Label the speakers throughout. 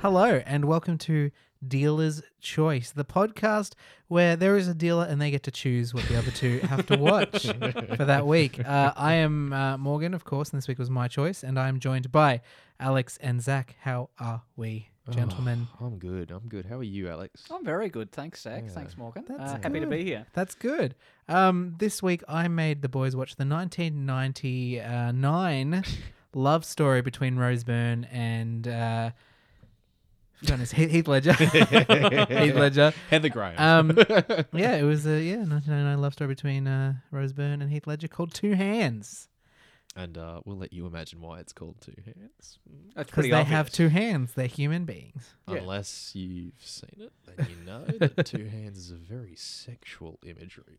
Speaker 1: Hello, and welcome to Dealer's Choice, the podcast where there is a dealer and they get to choose what the other two have to watch for that week. Uh, I am uh, Morgan, of course, and this week was my choice, and I am joined by Alex and Zach. How are we, gentlemen?
Speaker 2: Oh, I'm good. I'm good. How are you, Alex?
Speaker 3: I'm very good. Thanks, Zach. Thanks, Morgan. Uh, happy to
Speaker 1: good.
Speaker 3: be here.
Speaker 1: That's good. Um, this week, I made the boys watch the 1999 love story between Rose Byrne and uh, I've forgotten his- Heath Heath Ledger. Heath Ledger.
Speaker 2: Heather Graham.
Speaker 3: Uh,
Speaker 1: Um, yeah, it was a yeah 1999 love story between uh, Rose Byrne and Heath Ledger called Two Hands
Speaker 2: and uh, we'll let you imagine why it's called Two Hands.
Speaker 3: That's
Speaker 1: because
Speaker 3: pretty
Speaker 1: they
Speaker 3: obvious.
Speaker 1: have two hands. They're human beings.
Speaker 3: Yeah.
Speaker 2: Unless you've seen it, then you know that Two Hands is a very sexual imagery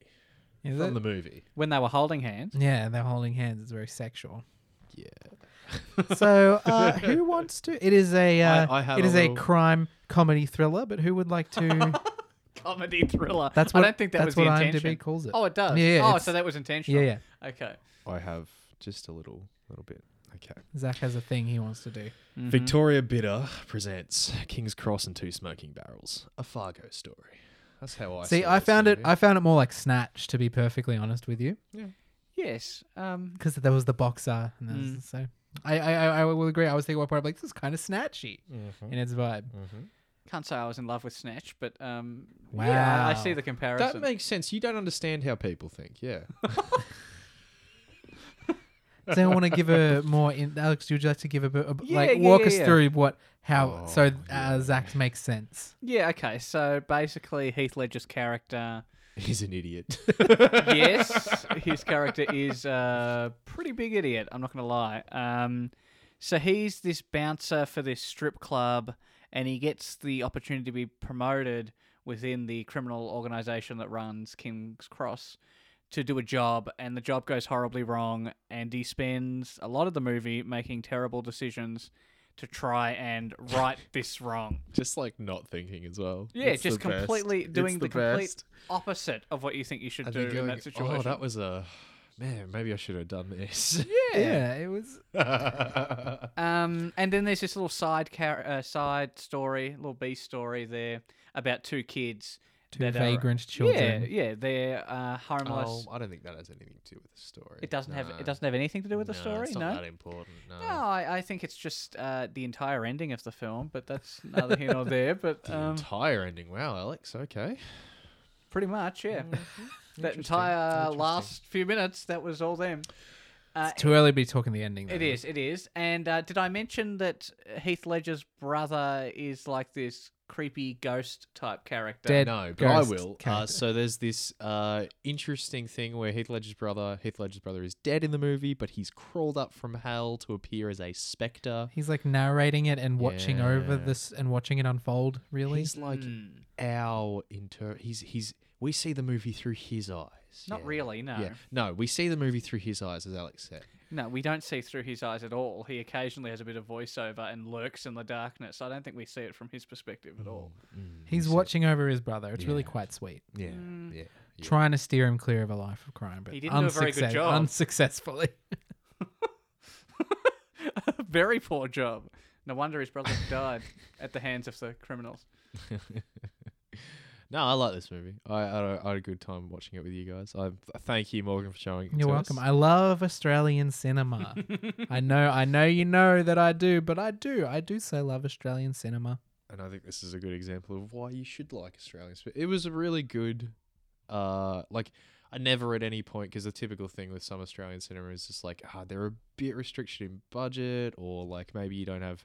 Speaker 1: Is
Speaker 2: from
Speaker 1: it?
Speaker 2: the movie.
Speaker 3: when they were holding hands.
Speaker 1: yeah, they're holding hands. It's very sexual.
Speaker 2: Yeah.
Speaker 1: So, uh, who wants to? It is a uh,
Speaker 2: I had
Speaker 1: it
Speaker 2: a
Speaker 1: is
Speaker 2: little-
Speaker 1: a crime comedy thriller. But who would like to?
Speaker 3: Comedy thriller.
Speaker 1: That's
Speaker 3: I
Speaker 1: what-
Speaker 3: don't think that was
Speaker 1: that's
Speaker 3: the
Speaker 1: what IMDb
Speaker 3: intention.
Speaker 1: calls it.
Speaker 3: Oh, it does.
Speaker 1: Yeah, yeah,
Speaker 3: oh,
Speaker 1: it's-
Speaker 3: so that was intentional.
Speaker 1: yeah, yeah.
Speaker 3: Okay.
Speaker 2: I have just a little, little bit. Okay.
Speaker 1: Zach has a thing he wants to do.
Speaker 3: Mm-hmm.
Speaker 2: Victoria Bidder presents King's Cross and Two Smoking Barrels, a Fargo story. That's how I
Speaker 1: See,
Speaker 2: saw
Speaker 1: I
Speaker 2: this
Speaker 1: found it.
Speaker 2: movie.
Speaker 1: I found it more like Snatch, to be perfectly honest with you,
Speaker 3: Yes. Um.
Speaker 1: because there was the boxer. And there was-
Speaker 3: Mm.
Speaker 1: So, I, I I I will agree. I was thinking one point I'm like this is kind of snatchy
Speaker 2: Mm-hmm.
Speaker 1: in its vibe.
Speaker 2: Mm.
Speaker 3: Can't say I was in love with Snatch, but um. Yeah, I- I
Speaker 1: Wow.
Speaker 3: see the
Speaker 2: that
Speaker 3: comparison.
Speaker 2: makes sense. You don't understand how people think. Yeah.
Speaker 1: Does anyone want to give a more? In- Alex, would you like to give a bit? of-
Speaker 3: Yeah,
Speaker 1: like
Speaker 3: yeah,
Speaker 1: walk
Speaker 3: yeah,
Speaker 1: us
Speaker 3: yeah.
Speaker 1: through what how
Speaker 2: Oh,
Speaker 1: so uh,
Speaker 2: yeah.
Speaker 1: Zach makes sense.
Speaker 3: yeah. Okay. So basically, Heath Ledger's character.
Speaker 2: He's an idiot.
Speaker 3: yes, his character is a pretty big idiot. I'm not going to lie. Um, so he's this bouncer for this strip club, and he gets the opportunity to be promoted within the criminal organization that runs King's Cross to do a job, and the job goes horribly wrong, and he spends a lot of the movie making terrible decisions to try and right this wrong.
Speaker 2: just like not thinking as well.
Speaker 3: Yeah,
Speaker 2: It's
Speaker 3: just
Speaker 2: the best.
Speaker 3: completely
Speaker 2: It's
Speaker 3: doing the, complete
Speaker 2: best.
Speaker 3: opposite of what you think you should
Speaker 2: And
Speaker 3: do
Speaker 2: then
Speaker 3: in
Speaker 2: going,
Speaker 3: that situation.
Speaker 2: Oh, that was a man. Maybe I should have done this.
Speaker 1: Yeah, it was.
Speaker 3: Um, and then there's this little side car- uh, side story, little B story there about two kids,
Speaker 1: Two
Speaker 3: that are-
Speaker 1: vagrant children.
Speaker 3: Yeah, yeah, they're uh, harmless.
Speaker 2: Oh, I don't think that has anything to do with the story.
Speaker 3: it doesn't have
Speaker 2: No.
Speaker 3: it doesn't have anything to do with the
Speaker 2: No,
Speaker 3: story.
Speaker 2: It's not
Speaker 3: no, Ah,
Speaker 2: that important. No.
Speaker 3: no, I, I think it's just uh, the entire ending of the film, but that's neither here nor there. But
Speaker 2: The
Speaker 3: um,
Speaker 2: entire ending. Wow, Alex. Okay.
Speaker 3: pretty much, yeah. that
Speaker 2: Interesting,
Speaker 3: entire
Speaker 2: Mm-hmm. interesting.
Speaker 3: last few minutes, that was all them. Uh,
Speaker 1: It's too early to be talking the ending. Though.
Speaker 3: It is, it is. And uh, did I mention that Heath Ledger's brother is like this creepy ghost type character?
Speaker 1: Dead.
Speaker 2: No, but I
Speaker 1: Ghost
Speaker 2: will. Uh,
Speaker 1: character.
Speaker 2: so there's this uh, interesting thing where Heath Ledger's brother, Heath Ledger's brother, is dead in the movie, but he's crawled up from hell to appear as a specter.
Speaker 1: He's like narrating it and watching over
Speaker 2: Yeah.
Speaker 1: this and watching it unfold. Really,
Speaker 2: He's like
Speaker 3: Mm,
Speaker 2: our inter. He's he's. We see the movie through his eyes.
Speaker 3: not
Speaker 2: Yeah.
Speaker 3: really, no.
Speaker 2: Yeah. No, we see the movie through his eyes, as Alex said.
Speaker 3: No, we don't see through his eyes at all. He occasionally has a bit of voiceover and lurks in the darkness. I don't think we see it from his perspective at all.
Speaker 1: he's watching over his brother. It's really
Speaker 2: Yeah.
Speaker 1: quite sweet.
Speaker 2: Mm. Yeah. Yeah. yeah.
Speaker 1: Trying to steer him clear of a life of crime, but
Speaker 3: He didn't do a very good
Speaker 1: unsuccess-
Speaker 3: job.
Speaker 1: unsuccessfully. Mm.
Speaker 3: Very poor job. No wonder his brother died at the hands of the criminals.
Speaker 2: No, I like this movie. I, I, had a- I had a good time watching it with you guys. I thank you, Morgan, for showing. it
Speaker 1: You're
Speaker 2: to
Speaker 1: welcome.
Speaker 2: us.
Speaker 1: I love Australian cinema. I know, I know, you know that I do, but I do, I do so love Australian cinema.
Speaker 2: and I think this is a good example of why you should like Australian spit. It was a really good, uh, like I never at any point because the typical thing with some Australian cinema is just like ah, they're a bit restricted in budget or like maybe you don't have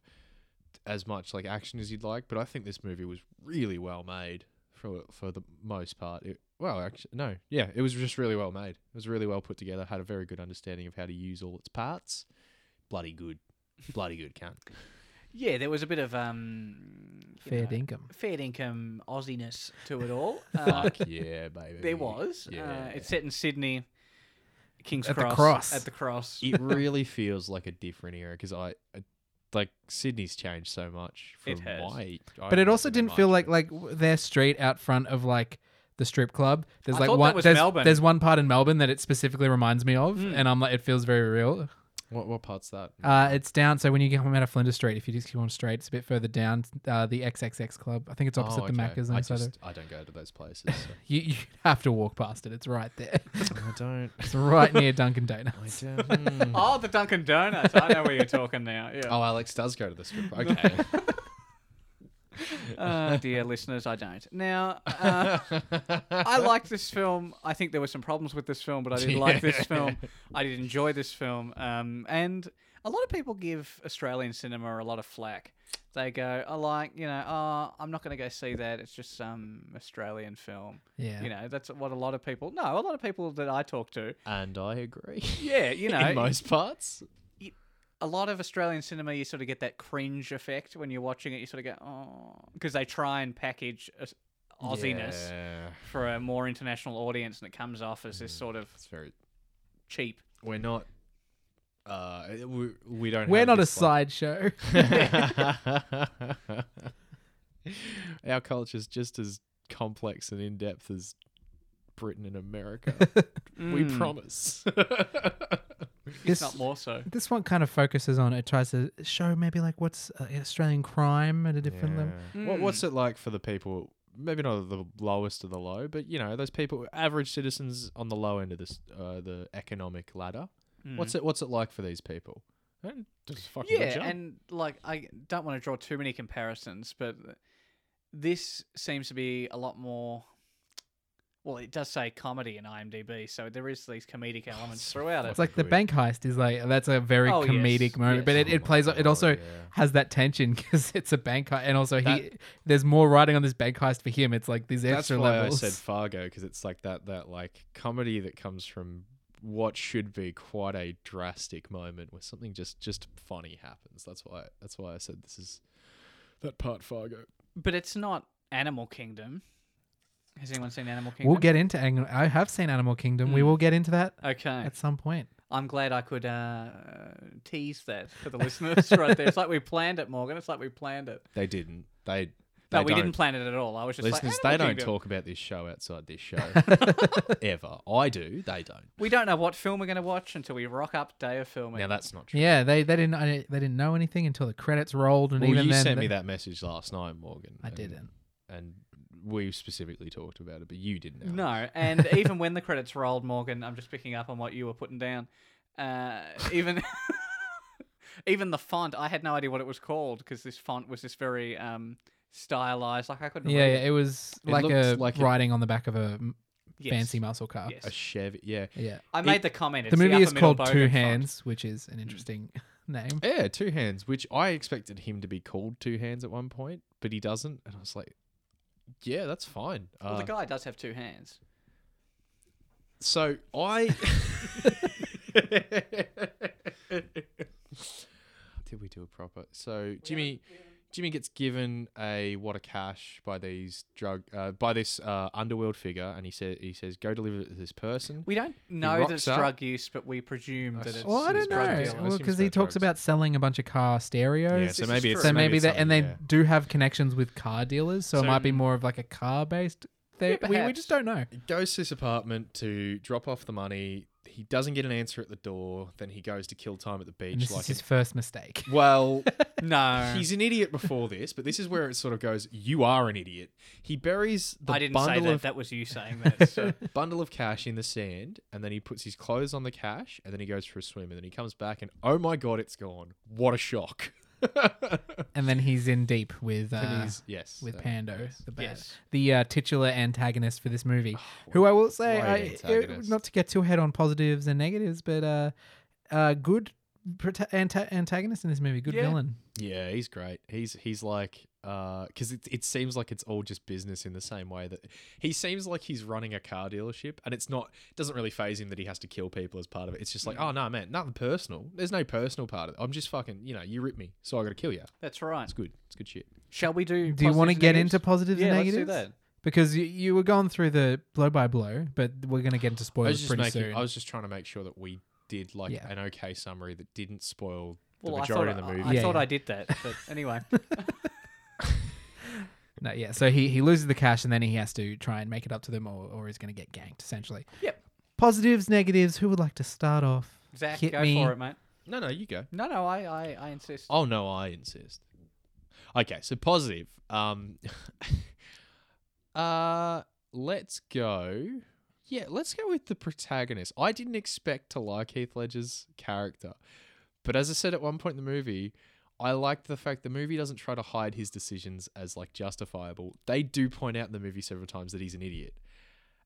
Speaker 2: as much like action as you'd like. But I think this movie was really well made for for the most part. It, well, actually, no, yeah, it was just really well made. It was really well put together. Had a very good understanding of how to use all its parts. Bloody good, bloody good, cunt.
Speaker 3: Yeah, there was a bit of um, you
Speaker 1: Fair
Speaker 3: know,
Speaker 1: dinkum.
Speaker 3: fair dinkum Aussiness to it all. Uh,
Speaker 2: Fuck yeah, baby.
Speaker 3: There was. Uh, it's set in Sydney, King's
Speaker 1: At the
Speaker 3: Cross,
Speaker 1: Cross.
Speaker 3: At the cross.
Speaker 2: it really feels like a different era because I, I- like Sydney's changed so much from
Speaker 3: It has.
Speaker 2: my. I
Speaker 1: But it
Speaker 2: don't
Speaker 1: also
Speaker 2: remember
Speaker 1: didn't feel like
Speaker 2: much, but-
Speaker 1: like w- their street out front of like the strip club. There's
Speaker 3: I
Speaker 1: like
Speaker 3: thought that
Speaker 1: one
Speaker 3: was
Speaker 1: there's,
Speaker 3: Melbourne.
Speaker 2: Hmm.
Speaker 1: there's one part in Melbourne that it specifically reminds me of, and I'm like it feels very real.
Speaker 2: What what part's that?
Speaker 1: Uh, it's down. So when you come out of Flinders Street, if you just keep on straight, it's a bit further down. Uh, the XXX Club. I think it's opposite
Speaker 2: Oh,
Speaker 1: the
Speaker 2: okay.
Speaker 1: Macca's.
Speaker 2: I
Speaker 1: And so
Speaker 2: just I don't go to those places. so.
Speaker 1: you you have to walk past it. It's right there.
Speaker 2: I don't.
Speaker 1: It's right near Dunkin' Donuts.
Speaker 2: I don't.
Speaker 3: Oh, the Dunkin' Donuts. I know where you're talking now. Yeah.
Speaker 2: Oh, Alex does go to the strip. Okay.
Speaker 3: Uh, dear listeners, I don't. Now, uh, I liked this film. I think there were some problems with this film, but I did like this film. I did enjoy this film. Um, and a lot of people give Australian cinema a lot of flack. They go, I like, you know, oh, I'm not going to go see that. It's just some Australian film.
Speaker 1: Yeah.
Speaker 3: You know, that's what a lot of people, no, a lot of people that I talk to,
Speaker 2: and I agree.
Speaker 3: yeah, you know,
Speaker 2: In most parts.
Speaker 3: a lot of Australian cinema, you sort of get that cringe effect when you're watching it. You sort of go, oh, because they try and package Aus- Aussiness
Speaker 2: Yeah.
Speaker 3: for a more international audience, and it comes off as this sort of
Speaker 2: It's very.
Speaker 3: cheap.
Speaker 2: We're not. Uh, we, we don't.
Speaker 1: We're
Speaker 2: have
Speaker 1: not a
Speaker 2: this, like,
Speaker 1: sideshow.
Speaker 2: Our culture's just as complex and in depth as Britain and America. We
Speaker 3: Mm.
Speaker 2: promise.
Speaker 1: This-
Speaker 3: It's not more so.
Speaker 1: This one kind of focuses on it tries to show maybe like what's uh, Australian crime at a different level.
Speaker 3: Hmm.
Speaker 2: What, what's it like for the people? Maybe not at the lowest of the low, but you know those people, average citizens on the low end of this, uh, the economic ladder. What's it? What's it like for these people? Eh, Just a fucking good
Speaker 3: Hmm. Yeah,
Speaker 2: job.
Speaker 3: and like I don't want to draw too many comparisons, but this seems to be a lot more. Well, it does say comedy in IMDb, so there is these comedic elements throughout it.
Speaker 1: It's like the
Speaker 2: Good.
Speaker 1: bank heist is like that's a very
Speaker 3: Oh, yes,
Speaker 1: comedic moment, but
Speaker 3: yes.
Speaker 1: it, it plays it
Speaker 2: Oh,
Speaker 1: also has that tension because it's a bank heist, and also he there's more writing on this bank heist for him. It's like these
Speaker 2: That's
Speaker 1: extra
Speaker 2: why
Speaker 1: levels.
Speaker 2: I said Fargo because it's like that that like comedy that comes from what should be quite a drastic moment where something just just funny happens. That's why that's why I said this is that part Fargo.
Speaker 3: But it's not Animal Kingdom. Has anyone seen Animal Kingdom?
Speaker 1: we'll get into Ang- I have seen Animal Kingdom.
Speaker 2: Mm.
Speaker 1: We will get into that
Speaker 3: Okay.
Speaker 1: at some point.
Speaker 3: I'm glad I could uh, tease that for the listeners right there. It's like we planned it, Morgan. It's like we planned it.
Speaker 2: They didn't. They.
Speaker 3: No,
Speaker 2: they
Speaker 3: we
Speaker 2: don't.
Speaker 3: didn't plan it at all. I was just
Speaker 2: Listeners,
Speaker 3: like,
Speaker 2: they
Speaker 3: Animal
Speaker 2: don't
Speaker 3: Kingdom.
Speaker 2: talk about this show outside this show ever. I do. They don't.
Speaker 3: We don't know what film we're going to watch until we rock up day of filming.
Speaker 2: Now that's not true.
Speaker 1: Yeah, they they didn't I, they didn't know anything until the credits rolled, and
Speaker 2: Well,
Speaker 1: even
Speaker 2: you
Speaker 1: then
Speaker 2: sent
Speaker 1: they-
Speaker 2: me that message last night, Morgan.
Speaker 1: I
Speaker 2: and-
Speaker 1: didn't.
Speaker 2: And we specifically talked about it, but you didn't. Alex.
Speaker 3: No, and even when the credits rolled, Morgan, I'm just picking up on what you were putting down. Uh, even even the font, I had no idea what it was called because this font was this very um, stylized. Like I couldn't.
Speaker 1: Yeah,
Speaker 3: read
Speaker 1: yeah, it was
Speaker 2: It
Speaker 1: like
Speaker 2: looked
Speaker 1: a
Speaker 2: like it-
Speaker 1: writing on the back of a m-
Speaker 3: Yes.
Speaker 1: fancy muscle car.
Speaker 3: Yes.
Speaker 2: A Chevy. Yeah.
Speaker 1: Yeah.
Speaker 3: I made the comment.
Speaker 1: the
Speaker 3: It's
Speaker 1: movie is
Speaker 3: upper middle
Speaker 1: called
Speaker 3: bogan
Speaker 1: Two
Speaker 3: font.
Speaker 1: Hands, which is an interesting name.
Speaker 2: Yeah, Two Hands, which I expected him to be called Two Hands at one point, but he doesn't. And I was like, yeah, that's fine. Uh,
Speaker 3: Well,
Speaker 1: Oh.
Speaker 3: the guy does have two hands.
Speaker 2: So I. Did we do it proper? So Jimmy, Jimmy gets given a wad of cash by these drug, uh, by this uh, underworld figure, and he says he says go deliver it to this person.
Speaker 3: We don't know that
Speaker 2: rocks
Speaker 3: it's
Speaker 2: up.
Speaker 3: drug use, but we presume that it's.
Speaker 2: see.
Speaker 1: Well, I
Speaker 3: it's
Speaker 1: don't
Speaker 2: seems
Speaker 1: know.
Speaker 3: drug
Speaker 2: drugs.
Speaker 1: Well,
Speaker 3: dealers.
Speaker 1: 'cause
Speaker 2: It
Speaker 1: because
Speaker 2: seems
Speaker 1: he
Speaker 2: about
Speaker 1: talks
Speaker 2: drugs.
Speaker 1: about selling a bunch of car stereos.
Speaker 2: yeah, so
Speaker 3: is
Speaker 2: maybe it's
Speaker 1: so
Speaker 3: true.
Speaker 1: maybe,
Speaker 2: it's
Speaker 1: that, and they
Speaker 2: something, yeah.
Speaker 1: do have connections with car dealers, so,
Speaker 2: So-
Speaker 1: it might be more of like a car based.
Speaker 3: Yeah,
Speaker 1: thing. we, we
Speaker 3: perhaps.
Speaker 1: just don't know.
Speaker 2: He goes to this apartment to drop off the money. He doesn't get an answer at the door. Then he goes to kill time at the
Speaker 1: And
Speaker 2: beach.
Speaker 1: this
Speaker 2: Like,
Speaker 1: is his first mistake.
Speaker 2: an- well,
Speaker 3: No,
Speaker 2: he's an idiot before this, but this is where it sort of goes. You are an idiot. He buries the
Speaker 3: I didn't
Speaker 2: bundle
Speaker 3: say that.
Speaker 2: of
Speaker 3: That was you saying that. So.
Speaker 2: bundle of cash in the sand, and then he puts his clothes on the cash, and then he goes for a swim, and then he comes back, and oh my god, it's gone! What a shock!
Speaker 1: And then he's in deep with
Speaker 2: and
Speaker 1: uh,
Speaker 2: he's yes
Speaker 1: with
Speaker 2: uh,
Speaker 1: Pando, the bad,
Speaker 3: yes. Oh,
Speaker 1: the uh, titular antagonist for this movie. who I will say,
Speaker 2: great
Speaker 1: I, it,
Speaker 2: antagonist.
Speaker 1: not to get too head on positives and negatives, but uh, uh good prota- anta- antagonist in this movie, good
Speaker 3: Yeah.
Speaker 1: villain.
Speaker 2: Yeah, he's great. He's he's like because it it seems like it's all just business in the same way that he seems like he's running a car dealership, and it's not it doesn't really phase him that he has to kill people as part of it. It's just like
Speaker 1: Mm.
Speaker 2: oh no man, nothing personal. There's no personal part of it. I'm just fucking you know you ripped me, so I got to kill you.
Speaker 3: That's right.
Speaker 2: It's good. It's good shit.
Speaker 3: Shall we do?
Speaker 1: Do you
Speaker 3: positives
Speaker 1: want to
Speaker 3: and
Speaker 1: get
Speaker 3: negatives?
Speaker 1: into positives
Speaker 3: yeah,
Speaker 1: and
Speaker 3: let's do
Speaker 1: negatives?
Speaker 3: that.
Speaker 1: Because you, you were going through the blow by blow, but we're going to get into
Speaker 2: I
Speaker 1: spoilers
Speaker 2: was just
Speaker 1: pretty
Speaker 2: making.
Speaker 1: soon.
Speaker 2: I was just trying to make sure that we did like
Speaker 1: Yeah.
Speaker 2: an okay summary that didn't spoil the
Speaker 3: Well, I
Speaker 2: majority
Speaker 3: thought,
Speaker 2: of the
Speaker 3: I-
Speaker 2: movie.
Speaker 3: I,
Speaker 1: Yeah,
Speaker 3: thought
Speaker 1: yeah.
Speaker 3: I did that, but anyway.
Speaker 1: No, yeah. So he, he loses the cash and then he has to try and make it up to them or, or he's going to get ganked, essentially.
Speaker 3: Yep.
Speaker 1: Positives, negatives. Who would like to start off?
Speaker 3: Zach,
Speaker 1: Hit
Speaker 3: go
Speaker 1: me.
Speaker 3: for it, mate.
Speaker 2: No, no, you go.
Speaker 3: No, no, I, I, I insist.
Speaker 2: Oh no, I insist. Okay, so positive. Um uh let's go. Yeah, let's go with the protagonist. I didn't expect to like Heath Ledger's character. But as I said at one point in the movie, I liked the fact the movie doesn't try to hide his decisions as like justifiable. They do point out in the movie several times that he's an idiot.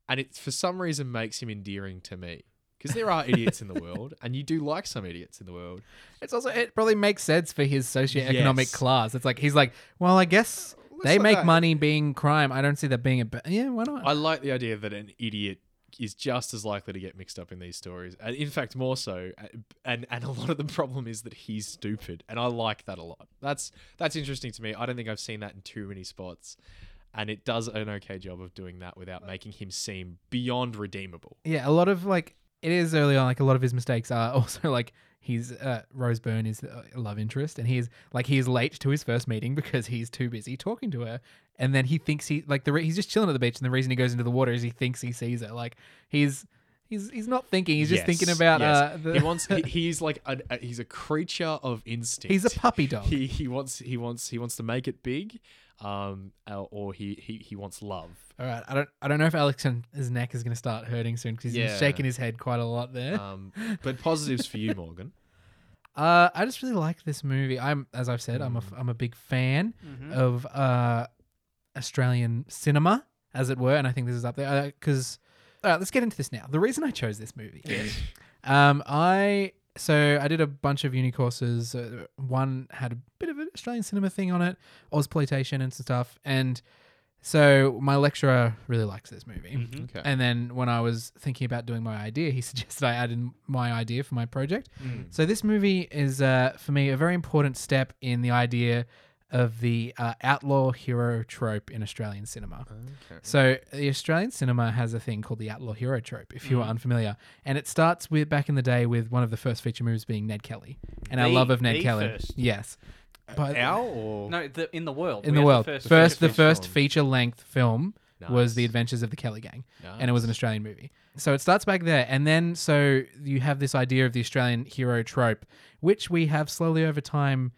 Speaker 2: And it for some reason makes him endearing to me. Because there are idiots in the world, and you do like some idiots in the world.
Speaker 1: It's also it probably makes sense for his socioeconomic
Speaker 2: Yes.
Speaker 1: class. It's like he's like, well, I guess
Speaker 2: Let's
Speaker 1: they
Speaker 2: not
Speaker 1: make
Speaker 2: go-
Speaker 1: money being crime. I don't see that being a ba- yeah. Why not?
Speaker 2: I like the idea that an idiot is just as likely to get mixed up in these stories, and in fact, more so. uh, And and a lot of the problem is that he's stupid, and I like that a lot. That's that's interesting to me. I don't think I've seen that in too many spots, and it does an okay job of doing that without making him seem beyond redeemable.
Speaker 1: yeah, a lot of like it is early on. Like a lot of his mistakes are also like he's uh, Rose Byrne is a love interest, and he's like he's late to his first meeting because he's too busy talking to her. And then he thinks he like the re- he's just chilling at the beach, and the reason he goes into the water is he thinks he sees her. Like he's he's he's not thinking. He's just
Speaker 2: Yes,
Speaker 1: thinking about
Speaker 2: yes.
Speaker 1: uh. The,
Speaker 2: he wants. He, he's like a, a- he's a creature of instinct.
Speaker 1: he's a puppy dog.
Speaker 2: He he wants he wants he wants to make it big, um, uh, or he he he wants love.
Speaker 1: All right, I don't, I don't know if Alex's neck is going to start hurting soon because he's been
Speaker 2: Yeah.
Speaker 1: shaking his head quite a lot there.
Speaker 2: Um, but positives for you, Morgan.
Speaker 1: Uh, I just really like this movie. I'm, as I've said, I'm a, f- I'm a big fan
Speaker 3: Mhm.
Speaker 1: of uh, Australian cinema, as it were, and I think this is up there because. all right, let's get into this now. The reason I chose this movie is, um, I so I did a bunch of uni courses. Uh, one had a bit of an Australian cinema thing on it, Ausploitation and some stuff, and so my lecturer really likes this movie.
Speaker 2: Okay.
Speaker 1: And then when I was thinking about doing my idea, he suggested I add in my idea for my project.
Speaker 2: Mm.
Speaker 1: So this movie is, uh, for me, a very important step in the idea of the uh, outlaw hero trope in Australian cinema.
Speaker 2: okay.
Speaker 1: So the Australian cinema has a thing called the outlaw hero trope, if you
Speaker 3: Mm.
Speaker 1: are unfamiliar, and it starts with back in the day with one of the first feature movies being Ned Kelly, and our
Speaker 3: The-
Speaker 1: love of Ned
Speaker 3: the
Speaker 1: Kelly.
Speaker 3: first.
Speaker 1: Yes, but
Speaker 2: Our or
Speaker 3: No, the, in the world.
Speaker 1: Oh. in
Speaker 3: we
Speaker 1: the
Speaker 3: have
Speaker 1: world,
Speaker 3: The
Speaker 1: first,
Speaker 3: first,
Speaker 1: the
Speaker 2: feature
Speaker 1: first
Speaker 2: film.
Speaker 1: feature length film was
Speaker 2: Nice.
Speaker 1: The Adventures of the Kelly Gang
Speaker 2: Nice.
Speaker 1: and it was an Australian movie. So it starts back there, and then so you have this idea of the Australian hero trope, which we have slowly over time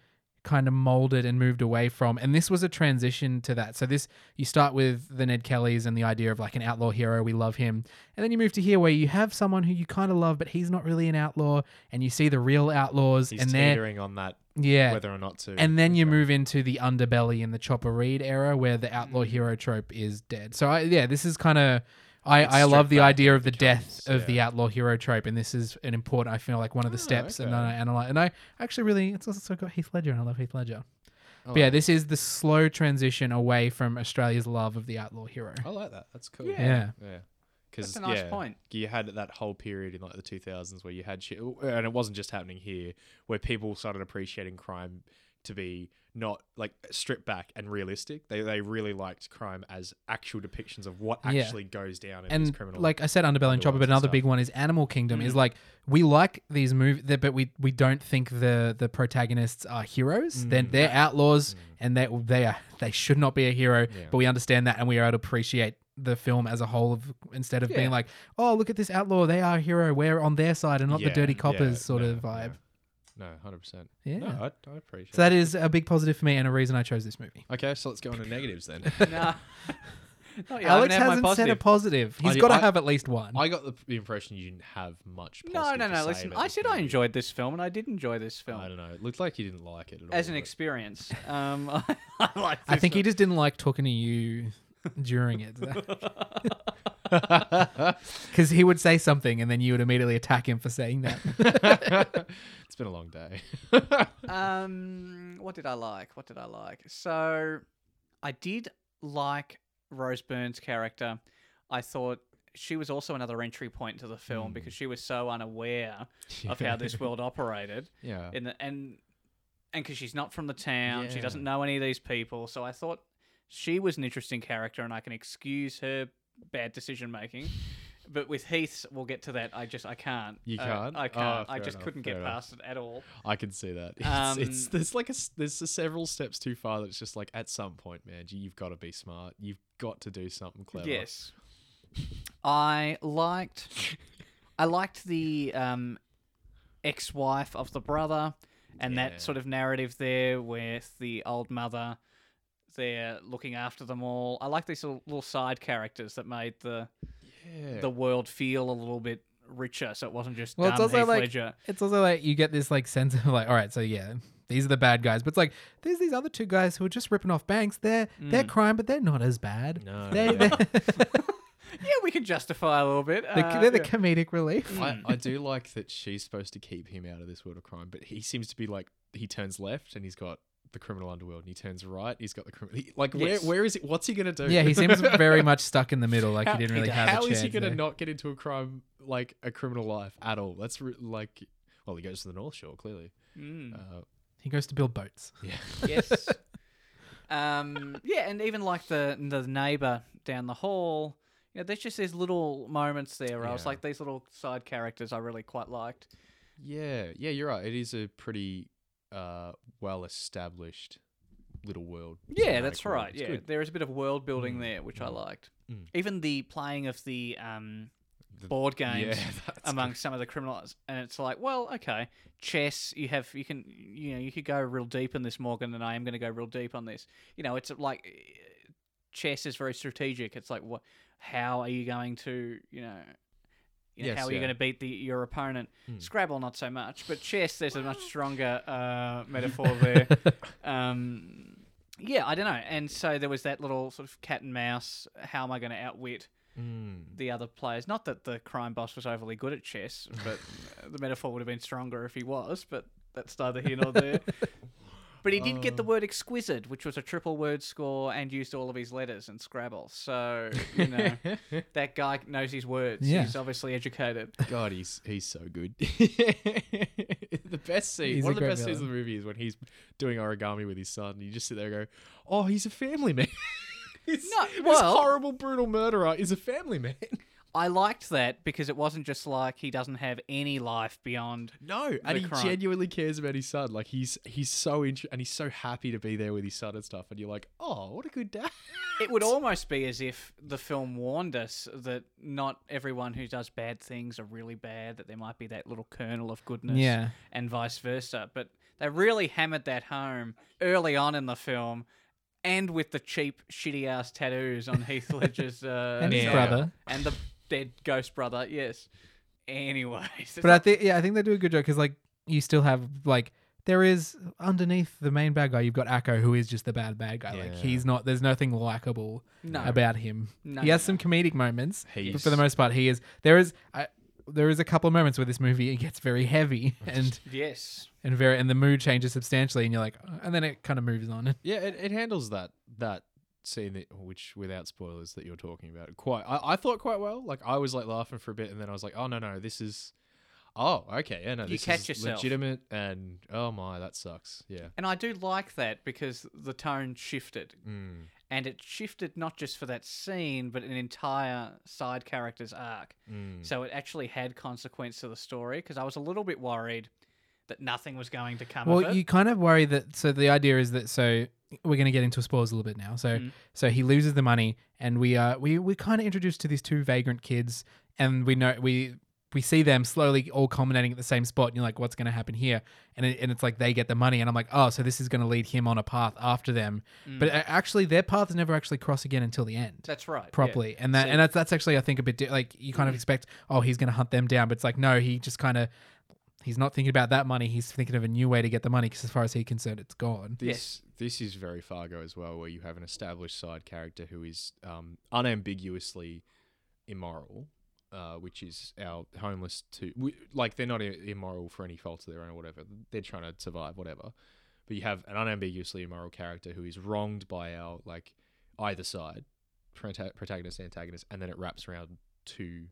Speaker 1: kind of molded and moved away from. And this was a transition to that. So this you start with the Ned Kellys and the idea of like an outlaw hero, we love him. And then you move to here where you have someone who you kind of love, but he's not really an outlaw, and you see the real outlaws
Speaker 2: He's
Speaker 1: and they're
Speaker 2: teetering on that
Speaker 1: yeah.
Speaker 2: whether or not to.
Speaker 1: And then you move into the underbelly and the Chopper Reed era where the outlaw
Speaker 2: Mm.
Speaker 1: hero trope is dead. So I, yeah, this is kind of I,
Speaker 2: It's
Speaker 1: I love
Speaker 2: stripped
Speaker 1: the
Speaker 2: back
Speaker 1: idea
Speaker 2: and
Speaker 1: of the
Speaker 2: becomes-
Speaker 1: death of the
Speaker 2: yeah.
Speaker 1: outlaw hero trope, and this is an important. I feel like one of the
Speaker 2: Oh,
Speaker 1: steps, and
Speaker 2: okay.
Speaker 1: I analyze, and I actually really it's also got Heath Ledger, and I love Heath Ledger.
Speaker 2: Oh, I
Speaker 1: But yeah,
Speaker 2: like-
Speaker 1: this is the slow transition away from Australia's love of the outlaw hero.
Speaker 2: I like that. That's cool.
Speaker 3: Yeah.
Speaker 1: Yeah.
Speaker 2: Yeah. Because
Speaker 3: That's a nice
Speaker 2: yeah,
Speaker 3: point.
Speaker 2: you had that whole period in like the 2000s where you had shit, and it wasn't just happening here, where people started appreciating crime to be not like stripped back and realistic. They they really liked crime as actual depictions of what
Speaker 1: Yeah.
Speaker 2: actually goes down in these
Speaker 1: and
Speaker 2: criminal.
Speaker 1: like I said, Underbelly and Chopper,
Speaker 2: underworlds
Speaker 1: but
Speaker 2: and
Speaker 1: another
Speaker 2: stuff.
Speaker 1: big one is Animal Kingdom.
Speaker 2: Mm-hmm.
Speaker 1: Is like we like these movies, but we we don't think the the protagonists are
Speaker 2: Mm,
Speaker 1: heroes. Then they're outlaws, and they they are they should not be a hero. But we understand that, and we are able to appreciate the film as a whole of instead of
Speaker 3: Yeah.
Speaker 1: being like, oh look at this outlaw, they are a hero. We're on their side and not
Speaker 2: Yeah,
Speaker 1: the dirty
Speaker 2: yeah,
Speaker 1: coppers sort
Speaker 2: no,
Speaker 1: of vibe.
Speaker 2: No, hundred percent.
Speaker 1: Yeah.
Speaker 2: No, I, I appreciate.
Speaker 1: So that is a big positive for me and a reason I chose this movie.
Speaker 2: Okay, so let's go on to negatives then.
Speaker 3: Nah. Not yet. I haven't
Speaker 1: Alex
Speaker 3: had my
Speaker 1: hasn't said a
Speaker 3: positive.
Speaker 1: positive. He's
Speaker 2: I-
Speaker 1: got to
Speaker 2: I-
Speaker 1: have at least one.
Speaker 2: I got the p- impression you didn't have much.
Speaker 3: No,
Speaker 2: positive
Speaker 3: no,
Speaker 2: to
Speaker 3: no.
Speaker 2: say
Speaker 3: Listen,
Speaker 2: about
Speaker 3: I
Speaker 2: this
Speaker 3: said I
Speaker 2: movie.
Speaker 3: enjoyed this film, and I did enjoy this
Speaker 2: I
Speaker 3: film
Speaker 2: don't know. It looked like you didn't like it at all.
Speaker 3: as an
Speaker 2: but-
Speaker 3: experience. Um, I, like.
Speaker 1: I think he just didn't like talking to you during it. Because he would say something and then you would immediately attack him for saying that.
Speaker 2: it's been a long day.
Speaker 3: Um, what did I like? What did I like? So, I did like Rose Byrne's character. I thought she was also another entry point to the film because
Speaker 2: Hmm.
Speaker 3: she was so unaware of how this world operated,
Speaker 2: yeah.
Speaker 3: in the, and and because she's not from the town, she
Speaker 2: Yeah.
Speaker 3: doesn't know any of these people. So I thought she was an interesting character, and I can excuse her bad decision making. But with Heath's, we'll get to that. I just I can't.
Speaker 2: You
Speaker 3: Uh,
Speaker 2: can't?
Speaker 3: I
Speaker 2: Oh,
Speaker 3: can't. I
Speaker 2: fair
Speaker 3: just
Speaker 2: enough,
Speaker 3: couldn't
Speaker 2: fair
Speaker 3: get
Speaker 2: enough.
Speaker 3: past it at all.
Speaker 2: I can see that. It's, it's
Speaker 3: Um,
Speaker 2: there's like a s- there's a several steps too far. That's just like at some point, man, you- you've got to be smart. You've got to do something clever.
Speaker 3: Yes. I liked I liked the um ex-wife of the brother, and
Speaker 2: Yeah.
Speaker 3: that sort of narrative there with the old mother. They're looking after them all. I like these little, little side characters that made the
Speaker 2: Yeah.
Speaker 3: the world feel a little bit richer, so it wasn't just
Speaker 1: Well,
Speaker 3: done
Speaker 1: it's also
Speaker 3: Heath
Speaker 1: like-
Speaker 3: Ledger.
Speaker 1: It's also like you get this like sense of like, all right, so yeah, these are the bad guys, but it's like there's these other two guys who are just ripping off banks. They're they're crime, but they're not as bad.
Speaker 2: Mm. No,
Speaker 1: They-
Speaker 2: yeah.
Speaker 1: they're,
Speaker 3: Yeah, we can justify a little bit.
Speaker 1: the-
Speaker 3: uh,
Speaker 1: they're the
Speaker 3: yeah.
Speaker 1: comedic relief.
Speaker 2: I, I do like that she's supposed to keep him out of this world of crime, but he seems to be like he turns left and he's got the criminal underworld, and he turns right, he's got the criminal. Like
Speaker 3: Yes.
Speaker 2: where where is it? What's he gonna do?
Speaker 1: Yeah, he seems very much stuck in the middle. Like he didn't really have
Speaker 2: How
Speaker 1: a chance.
Speaker 2: is he gonna
Speaker 1: there.
Speaker 2: not get into a crime like a criminal life at all? That's re- like, well, he goes to the North Shore clearly.
Speaker 1: Hmm.
Speaker 3: Mm.
Speaker 2: Uh,
Speaker 1: He goes to build boats.
Speaker 2: yeah,
Speaker 3: yes. Um, yeah, and even like the the neighbor down the hall, you know, there's just these little moments there where I was
Speaker 2: Yeah.
Speaker 3: like, these little side characters I really quite liked.
Speaker 2: yeah, yeah. You're right. It is a pretty uh, well established little world.
Speaker 3: Yeah,
Speaker 2: cinematic
Speaker 3: that's
Speaker 2: world.
Speaker 3: right.
Speaker 2: It's
Speaker 3: yeah,
Speaker 2: good.
Speaker 3: there is a bit of world building there, which I liked.
Speaker 2: Mm.
Speaker 3: Even the playing of the um,
Speaker 2: The-
Speaker 3: board games
Speaker 2: Yeah, that's good.
Speaker 3: among some of the criminals, and it's like, well, okay, chess. You have you can you know you could go real deep in this, Morgan, and I am going to go real deep on this. You know, it's like eh, chess is very strategic. It's like what, how are you going to you know. You know,
Speaker 2: Yes,
Speaker 3: how are you
Speaker 2: yeah. Hmm.
Speaker 3: going to beat the, your opponent? Scrabble, not so much, but chess. There's a much stronger uh, metaphor there um, yeah, I don't know. And so there was that little sort of cat and mouse. How am I going to outwit
Speaker 2: Mm.
Speaker 3: the other players? Not that the crime boss was overly good at chess, but uh, the metaphor would have been stronger if he was. But that's neither here nor there. But he did get the word exquisite, which was a triple word score, and used all of his letters in Scrabble. So you know that guy knows his words.
Speaker 1: Yeah.
Speaker 3: He's obviously educated.
Speaker 2: God, he's he's so good. the best scene,
Speaker 1: He's a
Speaker 2: one of the
Speaker 1: great
Speaker 2: best scenes of the movie is when he's doing origami with his son, and you just sit there and go, "Oh, he's a family man." He's-
Speaker 3: No,
Speaker 2: this
Speaker 3: well-
Speaker 2: horrible, brutal murderer is a family man.
Speaker 3: I liked that because it wasn't just like he doesn't have any life beyond
Speaker 2: No, and
Speaker 3: The
Speaker 2: he
Speaker 3: crime.
Speaker 2: genuinely cares about his son. Like he's he's so int- and he's so happy to be there with his son and stuff. And you're like, "Oh, what a good dad."
Speaker 3: It would almost be as if the film warned us that not everyone who does bad things are really bad, that there might be that little kernel of goodness
Speaker 1: Yeah.
Speaker 3: and vice versa. But they really hammered that home early on in the film and with the cheap, shitty ass tattoos on Heath Ledger's uh,
Speaker 1: And his
Speaker 2: Yeah.
Speaker 1: brother.
Speaker 3: and the dead ghost brother, yes. Anyways.
Speaker 1: But I think yeah, I think they do a good job because like you still have like there is underneath the main bad guy you've got Akko who is just the bad bad guy. Like
Speaker 2: Yeah.
Speaker 1: he's not there's nothing likable
Speaker 3: No.
Speaker 1: about him.
Speaker 3: No,
Speaker 1: he has
Speaker 3: no,
Speaker 1: some comedic moments, but
Speaker 2: He's-
Speaker 1: for the most part he is there is I, there is a couple of moments where this movie it gets very heavy and
Speaker 3: yes.
Speaker 1: and very and the mood changes substantially and you're like "Oh," and then it kind of moves on.
Speaker 2: Yeah, it, it handles that that scene that which without spoilers that you're talking about quite. I, I thought quite well. Like I was like laughing for a bit, and then I was like, oh no no, this is. Oh okay, yeah no,
Speaker 3: You
Speaker 2: this
Speaker 3: catch
Speaker 2: is
Speaker 3: yourself.
Speaker 2: legitimate, and oh my, that sucks. Yeah.
Speaker 3: And I do like that because the tone shifted.
Speaker 2: Mm,
Speaker 3: and it shifted not just for that scene but an entire side character's arc
Speaker 2: mm. Hmm.
Speaker 3: so it actually had consequence to the story because i was a little bit worried that nothing was going to come of
Speaker 1: Well,
Speaker 3: it.
Speaker 1: you kind of worry that. So the idea is that. So we're going to get into spoilers a little bit now. So so he loses the money, and we are we we kind of introduced to these two vagrant kids, and we know we we see them slowly all culminating at the same spot, and you're like, what's going to happen here? And it, and it's like they get the money, and I'm like, oh, so this is going to lead him on a path after them. But a- actually, their paths never actually cross again until the end
Speaker 3: Mm. that's right yeah.
Speaker 1: properly and that and that's that's actually i think a bit di- like you
Speaker 2: Mm.
Speaker 1: kind of expect oh he's going to hunt them down but it's like no he just kind of he's not thinking about that money he's thinking of a new way to get the money because as far as he's concerned it's gone
Speaker 2: This this is very Fargo as well, where you have an established side character who is um, unambiguously immoral, uh, which is our homeless to we, like they're not i- immoral for any fault of their own or whatever. They're trying to survive, whatever. But you have an unambiguously immoral character who is wronged by our like either side, prota- protagonist, antagonist, and then it wraps around to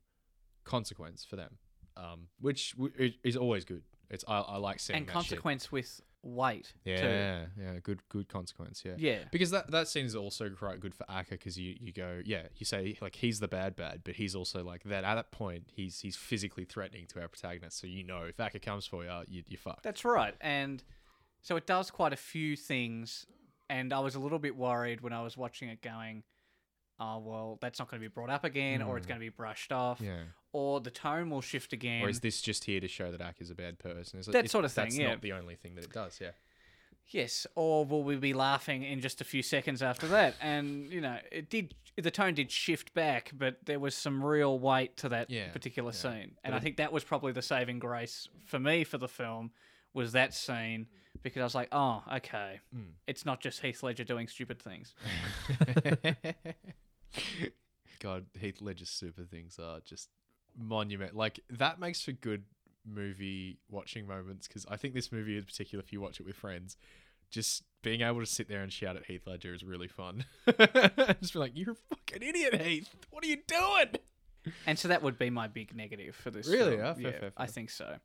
Speaker 2: consequence for them, um, which w- i- is always good. It's I, I like seeing
Speaker 3: and
Speaker 2: that shit.
Speaker 3: consequence with weight too.
Speaker 2: Yeah, yeah, good, good consequence. Yeah,
Speaker 3: yeah
Speaker 2: because that that scene is also quite good for Akka because you you go, yeah, you say like he's the bad bad, but he's also like that at that point he's he's physically threatening to our protagonist, so you know if Akka comes for you, you you fucked.
Speaker 3: that's right and so it does quite a few things and i was a little bit worried when i was watching it going oh well, that's not going to be brought up again, or it's going to be brushed off,
Speaker 2: Hmm. Yeah.
Speaker 3: or the tone will shift again.
Speaker 2: Or is this just here to show that Ak is a bad person? Is it-
Speaker 3: That
Speaker 2: if
Speaker 3: sort of
Speaker 2: that's
Speaker 3: thing, yeah.
Speaker 2: not the only thing that it does. Yeah.
Speaker 3: Yes, or will we be laughing in just a few seconds after that? And you know, it did. The tone did shift back, but there was some real weight to that
Speaker 2: Yeah,
Speaker 3: particular
Speaker 2: yeah.
Speaker 3: scene, and I think that was probably the saving grace for me for the film was that scene because I was like, oh, okay,
Speaker 2: Mm.
Speaker 3: it's not just Heath Ledger doing stupid things.
Speaker 2: God, Heath Ledger's super things are just monument. Like that makes for good movie watching moments because I think this movie in particular, if you watch it with friends, just being able to sit there and shout at Heath Ledger is really fun. just be like, "You're a fucking idiot, Heath! What are you doing?"
Speaker 3: And so that would be my big negative for this.
Speaker 2: Really?
Speaker 3: film.
Speaker 2: Ah, fair,
Speaker 3: yeah,
Speaker 2: fair,
Speaker 3: I
Speaker 2: fair.
Speaker 3: think so.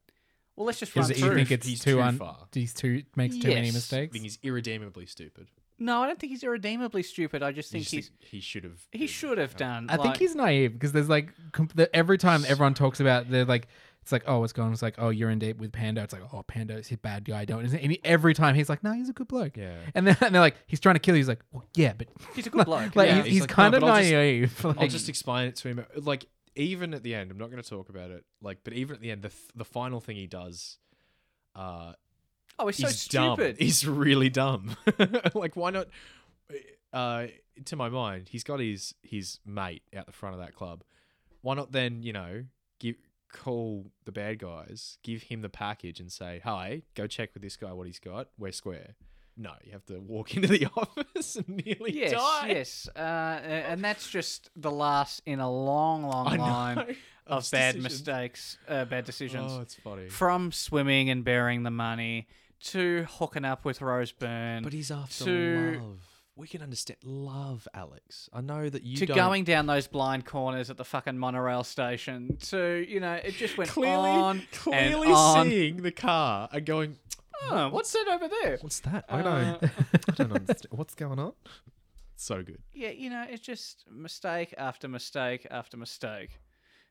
Speaker 3: Well, let's just run
Speaker 1: Because you
Speaker 3: through.
Speaker 1: think it's
Speaker 2: He's
Speaker 1: too,
Speaker 2: too
Speaker 1: un-
Speaker 2: far.
Speaker 1: He's too makes too many
Speaker 3: Yes.
Speaker 2: I
Speaker 1: mistakes.
Speaker 2: think he's irredeemably stupid.
Speaker 3: no, I don't think he's irredeemably stupid. I just
Speaker 2: You
Speaker 3: think
Speaker 2: just
Speaker 3: he's
Speaker 2: think he should have.
Speaker 3: he should have done.
Speaker 1: I think
Speaker 3: like-
Speaker 1: he's naive because there's like com- the, every time everyone talks about they're like it's like oh what's going on? it's like oh you're in deep with Pando it's like oh Pando's a bad guy don't and he- every time he's like no he's a good bloke
Speaker 2: Yeah.
Speaker 1: and then and they're like he's trying to kill you he's like well, yeah but
Speaker 3: He's a good bloke.
Speaker 1: like
Speaker 3: yeah.
Speaker 1: he's,
Speaker 2: he's
Speaker 1: he's
Speaker 2: like, "No,
Speaker 1: kind of
Speaker 2: but I'll just-
Speaker 1: naive
Speaker 2: I'll
Speaker 1: like-
Speaker 2: just explain it to him. Like even at the end, I'm not going to talk about it. Like, but even at the end, the th- the final thing he does, uh,
Speaker 3: oh, he's so
Speaker 2: is dumb.
Speaker 3: stupid.
Speaker 2: He's really dumb. like, why not? Uh, to my mind, he's got his his mate out the front of that club. Why not then? You know, give call the bad guys, give him the package, and say, "Hi, go check with this guy what he's got. We're square." No, you have to walk into the office and nearly
Speaker 3: Yes,
Speaker 2: die.
Speaker 3: yes, uh, a- and that's just the last in a long, long
Speaker 2: I know.
Speaker 3: line of bad
Speaker 2: decisions.
Speaker 3: mistakes, uh, bad decisions.
Speaker 2: Oh, it's funny.
Speaker 3: From swimming and bearing the money to hooking up with Rose Byrne
Speaker 2: But he's after
Speaker 3: to-
Speaker 2: love. We can understand love, Alex. I know that you
Speaker 3: to
Speaker 2: don't.
Speaker 3: going down those blind corners at the fucking monorail station to you know it just went
Speaker 2: clearly,
Speaker 3: on
Speaker 2: clearly
Speaker 3: and on.
Speaker 2: seeing the car and going.
Speaker 3: Oh, what's that over there?
Speaker 2: What's that?
Speaker 3: I don't-
Speaker 2: I don't understand. What's going on? So good.
Speaker 3: Yeah, you know it's just mistake after mistake after mistake.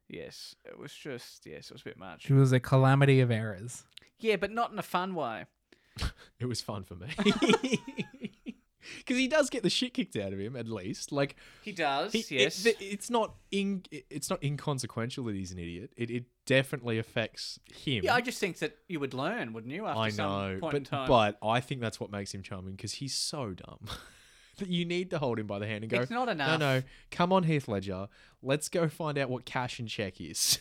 Speaker 3: Yes, it was just yes, it was a bit much.
Speaker 1: it was a calamity of errors
Speaker 3: Yeah, but not in a fun way.
Speaker 2: It was fun for me. Because he does get the shit kicked out of him, at least. Like,
Speaker 3: He does,
Speaker 2: he- it-
Speaker 3: yes.
Speaker 2: th- it's not in, it's not inconsequential that he's an idiot. It, it definitely affects him.
Speaker 3: yeah, I just think that you would learn, wouldn't you? After
Speaker 2: I
Speaker 3: some
Speaker 2: know,
Speaker 3: point in
Speaker 2: but
Speaker 3: time.
Speaker 2: but I think that's what makes him charming because he's so dumb that you need to hold him by the hand and go.
Speaker 3: It's not enough."
Speaker 2: No, no, come on, Heath Ledger. Let's go find out what cash and check is.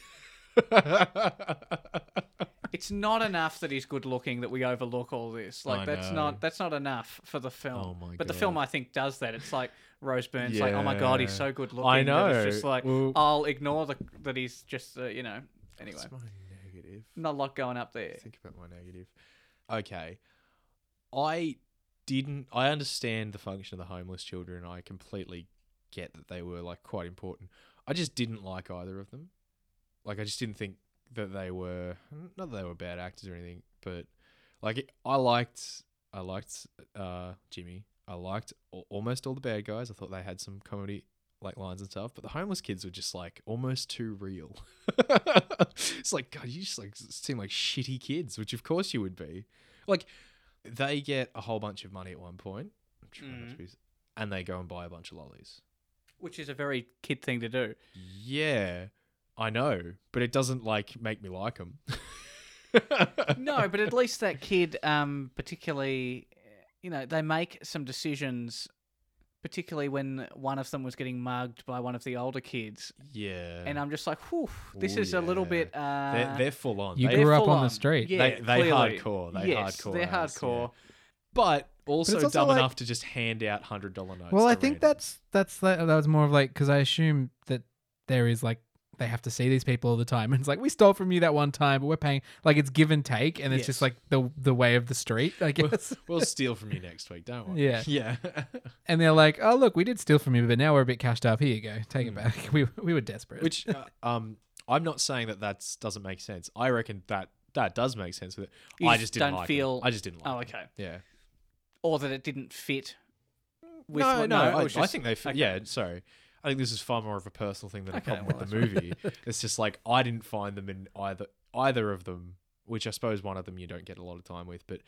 Speaker 3: it's not enough that he's good looking that we overlook all this. Like
Speaker 2: I
Speaker 3: that's
Speaker 2: know.
Speaker 3: not that's not enough for the film.
Speaker 2: Oh my
Speaker 3: but the film
Speaker 2: God.
Speaker 3: I think does that. It's like Rose Byrne's like, oh my god, he's
Speaker 2: Yeah.
Speaker 3: so good looking.
Speaker 2: I
Speaker 3: that It's just
Speaker 2: know.
Speaker 3: like
Speaker 2: Well-
Speaker 3: I'll ignore the that he's just uh, you know. Anyway,
Speaker 2: That's my negative.
Speaker 3: not a lot going up there.
Speaker 2: Think about my negative. Okay, I didn't. I understand the function of the homeless children. I completely get that they were like quite important. I just didn't like either of them. Like I just didn't think that they were not that they were bad actors or anything, but like it, I liked I liked uh Jimmy. I liked al- almost all the bad guys. I thought they had some comedy like lines and stuff, but the homeless kids were just like almost too real. it's like God, you just like s- seem like shitty kids, which of course you would be. Like they get a whole bunch of money at one point, I'm trying
Speaker 3: Mm-hmm.
Speaker 2: not to be- and they go and buy a bunch of lollies.
Speaker 3: Which is a very kid thing to do.
Speaker 2: Yeah, I know, but it doesn't like make me like them.
Speaker 3: no, but at least that kid, um, particularly, you know, they make some decisions, particularly when one of them was getting mugged by one of the older kids,
Speaker 2: Yeah,
Speaker 3: and I'm just like, whew, this
Speaker 2: Ooh,
Speaker 3: is a little
Speaker 2: yeah.
Speaker 3: bit. Uh,
Speaker 2: they're, they're full on.
Speaker 1: You
Speaker 2: They-
Speaker 3: they're
Speaker 1: grew up
Speaker 3: full
Speaker 1: on the street.
Speaker 3: Yeah,
Speaker 2: They- they
Speaker 3: clearly.
Speaker 2: hardcore, they
Speaker 3: yes,
Speaker 2: hardcore
Speaker 3: They're
Speaker 2: as, yeah.
Speaker 3: hardcore.
Speaker 2: but also,
Speaker 1: also
Speaker 2: dumb
Speaker 1: like-
Speaker 2: enough to just hand out hundred dollar notes.
Speaker 1: well
Speaker 2: to
Speaker 1: I think
Speaker 2: randoms.
Speaker 1: that's that's that, that was more of like because I assume that there is like they have to see these people all the time and it's like we stole from you that one time but we're paying like it's give and take and it's
Speaker 3: Yes.
Speaker 1: just like the the way of the street I guess
Speaker 2: We'll steal from you next week, don't we?
Speaker 1: Yeah.
Speaker 2: yeah.
Speaker 1: and they're like, "Oh, look, we did steal from you, but now we're a bit cashed up. Here you go, take it
Speaker 2: Hmm.
Speaker 1: back. We we were desperate."
Speaker 2: Which, uh, um, I'm not saying that that doesn't make sense. I reckon that that does make sense with it.
Speaker 3: You
Speaker 2: I
Speaker 3: just
Speaker 2: just didn't
Speaker 3: don't
Speaker 2: like 'em.
Speaker 3: feel-
Speaker 2: I just didn't like.
Speaker 3: Oh,
Speaker 2: 'em.
Speaker 3: okay.
Speaker 2: Yeah.
Speaker 3: Or that it didn't fit. With
Speaker 2: no,
Speaker 3: what,
Speaker 2: no,
Speaker 3: it
Speaker 2: I,
Speaker 3: was
Speaker 2: I
Speaker 3: just-
Speaker 2: think they. Fit,
Speaker 3: okay.
Speaker 2: Yeah, sorry. I think this is far more of a personal thing than a
Speaker 3: Okay,
Speaker 2: problem
Speaker 3: well,
Speaker 2: with the movie. it's just like I didn't find them in either either of them, which I suppose one of them you don't get a lot of time with, but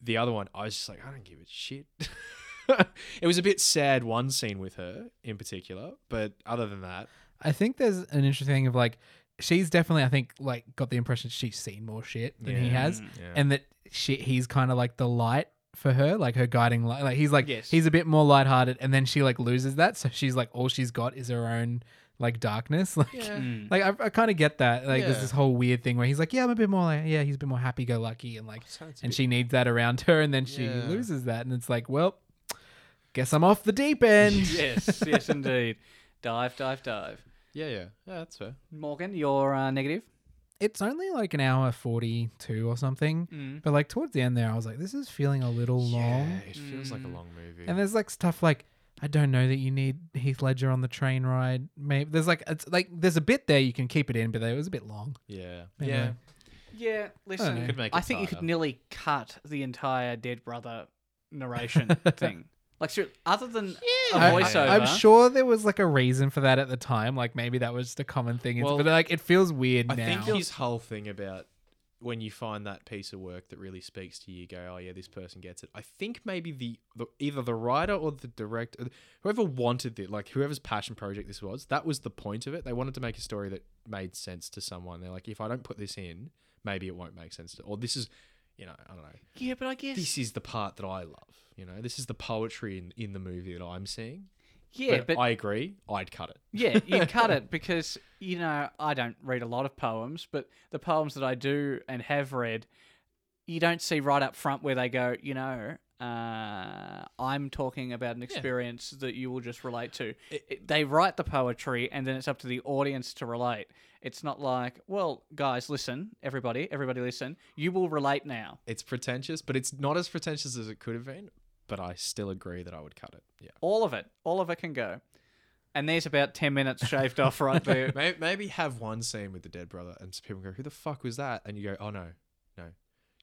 Speaker 2: the other one I was just like I don't give a shit. it was a bit sad one scene with her in particular, but other than that,
Speaker 1: I think there's an interesting thing of like she's definitely I think like got the impression she's seen more shit than he
Speaker 2: Yeah.
Speaker 1: has,
Speaker 2: yeah.
Speaker 1: and that she he's kind of like the light for her, like her guiding light. Like he's like
Speaker 3: Yes.
Speaker 1: he's a bit more lighthearted, and then she like loses that, so she's like all she's got is her own like darkness. Like
Speaker 3: Mm.
Speaker 1: like I, I kind of get that. Like there's
Speaker 2: Yeah.
Speaker 1: this whole weird thing where he's like, yeah, I'm a bit more like yeah, he's a bit more happy go lucky, and like and she needs that around her, and then she
Speaker 2: Yeah.
Speaker 1: loses that, and it's like well. Guess I'm off the deep end.
Speaker 3: yes, yes, indeed. Dive, dive, dive.
Speaker 2: yeah, yeah, yeah, that's fair.
Speaker 3: Morgan, your uh, negative.
Speaker 1: it's only like an hour 42 or something.
Speaker 3: Mm.
Speaker 1: But like towards the end there, I was like, this is feeling a little long.
Speaker 2: Yeah, it feels like a
Speaker 3: Mm.
Speaker 2: long movie.
Speaker 1: And there's like stuff like, I don't know that you need Heath Ledger on the train ride. Maybe there's like, it's like, there's a bit there you can keep it in, but it was a bit long.
Speaker 2: yeah,
Speaker 1: Anyway.
Speaker 2: yeah,
Speaker 3: Yeah,
Speaker 1: listen,
Speaker 3: listen.
Speaker 1: know.
Speaker 2: could make. It
Speaker 3: I think you could
Speaker 2: tighter.
Speaker 3: nearly cut the entire Dead Brother narration thing. Like, ser- other than
Speaker 1: I-
Speaker 3: a
Speaker 1: I-
Speaker 3: voiceover,
Speaker 1: I'm sure there was like a reason for that at the time. Like maybe that was just a common thing. It's-
Speaker 2: Well,
Speaker 1: but like it feels weird
Speaker 2: I
Speaker 1: now.
Speaker 2: think his whole thing about when you find that piece of work that really speaks to you, you go, "Oh yeah, this person gets it." I think maybe the, the either the writer or the director, whoever wanted it, like whoever's passion project this was, that was the point of it. They wanted to make a story that made sense to someone. They're like, "If I don't put this in, maybe it won't make sense." To, or this is, you know, I don't know.
Speaker 3: Yeah, but I guess.
Speaker 2: This is the part that I love. You know, this is the poetry in, in the movie that I'm seeing.
Speaker 3: yeah, but,
Speaker 2: I agree. I'd cut it.
Speaker 3: yeah, you cut it because you know I don't read a lot of poems, but the poems that I do and have read, you don't see right up front where they go. You know, uh, I'm talking about an experience that you will just relate to. It- they write the poetry, and then it's up to the audience to relate. It's not like, well, guys, listen, everybody, everybody, listen. You will relate now.
Speaker 2: It's pretentious, but it's not as pretentious as it could have been. But I still agree that I would cut it. Yeah.
Speaker 3: All of it, all of it can go. And there's about ten minutes shaved off right there.
Speaker 2: maybe, maybe have one scene with the dead brother, and people go, "Who the fuck was that?" And you go, "Oh no, no,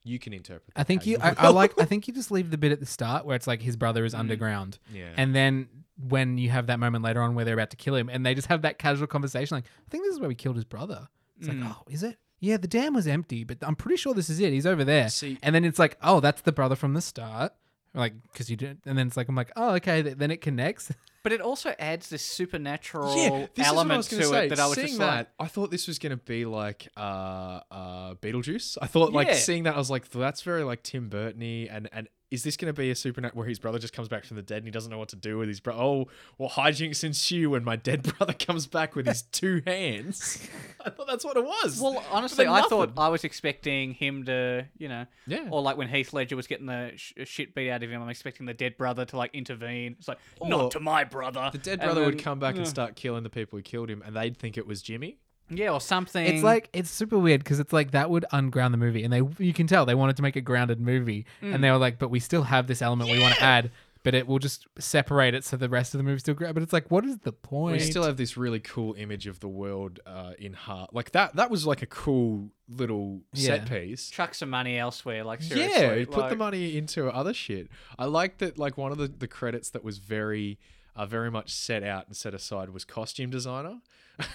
Speaker 2: you can interpret."
Speaker 1: I
Speaker 2: that
Speaker 1: think
Speaker 2: how
Speaker 1: you, I, I
Speaker 2: will."
Speaker 1: like, I think you just leave the bit at the start where it's like his brother
Speaker 2: Mm.
Speaker 1: is underground.
Speaker 2: yeah,
Speaker 1: And then when you have that moment later on where they're about to kill him and they just have that casual conversation, like, I think this is where we killed his brother. It's
Speaker 2: Mm.
Speaker 1: like, oh, is it? Yeah, the dam was empty, but I'm pretty sure this is it. He's over there.
Speaker 2: See-
Speaker 1: and then it's like, oh, that's the brother from the start. Like, because you didn't. And then it's like, I'm like, oh, okay. th- Then it connects.
Speaker 3: But it also adds this supernatural
Speaker 2: yeah, this is what I
Speaker 3: element
Speaker 2: was
Speaker 3: to
Speaker 2: gonna say.
Speaker 3: it that I was
Speaker 2: seeing
Speaker 3: just
Speaker 2: that,
Speaker 3: like,
Speaker 2: I thought this was gonna be like uh, uh, Beetlejuice. I thought like
Speaker 3: Yeah.
Speaker 2: seeing that, I was like, that's very like Tim Burton and and is this gonna be a supernat where his brother just comes back from the dead and he doesn't know what to do with his brother? Oh, well, hijinks ensue when my dead brother comes back with his two hands. I thought that's what it was.
Speaker 3: well, honestly,
Speaker 2: then
Speaker 3: I thought
Speaker 2: nothing.
Speaker 3: I was expecting him to, you know,
Speaker 2: yeah.
Speaker 3: or like when Heath Ledger was getting the sh- shit beat out of him, I'm expecting the dead brother to like intervene. It's like,
Speaker 2: Or
Speaker 3: not to my brother.
Speaker 2: The dead
Speaker 3: And
Speaker 2: brother would
Speaker 3: then-
Speaker 2: come back and start killing the people who killed him, and they'd think it was Jimmy.
Speaker 3: Yeah, or something.
Speaker 1: It's like, it's super weird because it's like that would unground the movie. And they, you can tell they wanted to make a grounded movie.
Speaker 2: Mm.
Speaker 1: And they were like, but we still have this element we want to add, but it will just separate it so the rest of the movie still ground. But it's like, what is the point?
Speaker 2: We still have this really cool image of the world uh, in heart. Like that. That was like a cool little set
Speaker 1: Yeah.
Speaker 2: piece.
Speaker 3: chuck some money elsewhere. Like, seriously.
Speaker 2: Yeah, it put
Speaker 3: like-
Speaker 2: the money into other shit. I like that. Like one of the, the credits that was very, uh, very much set out and set aside was costume designer.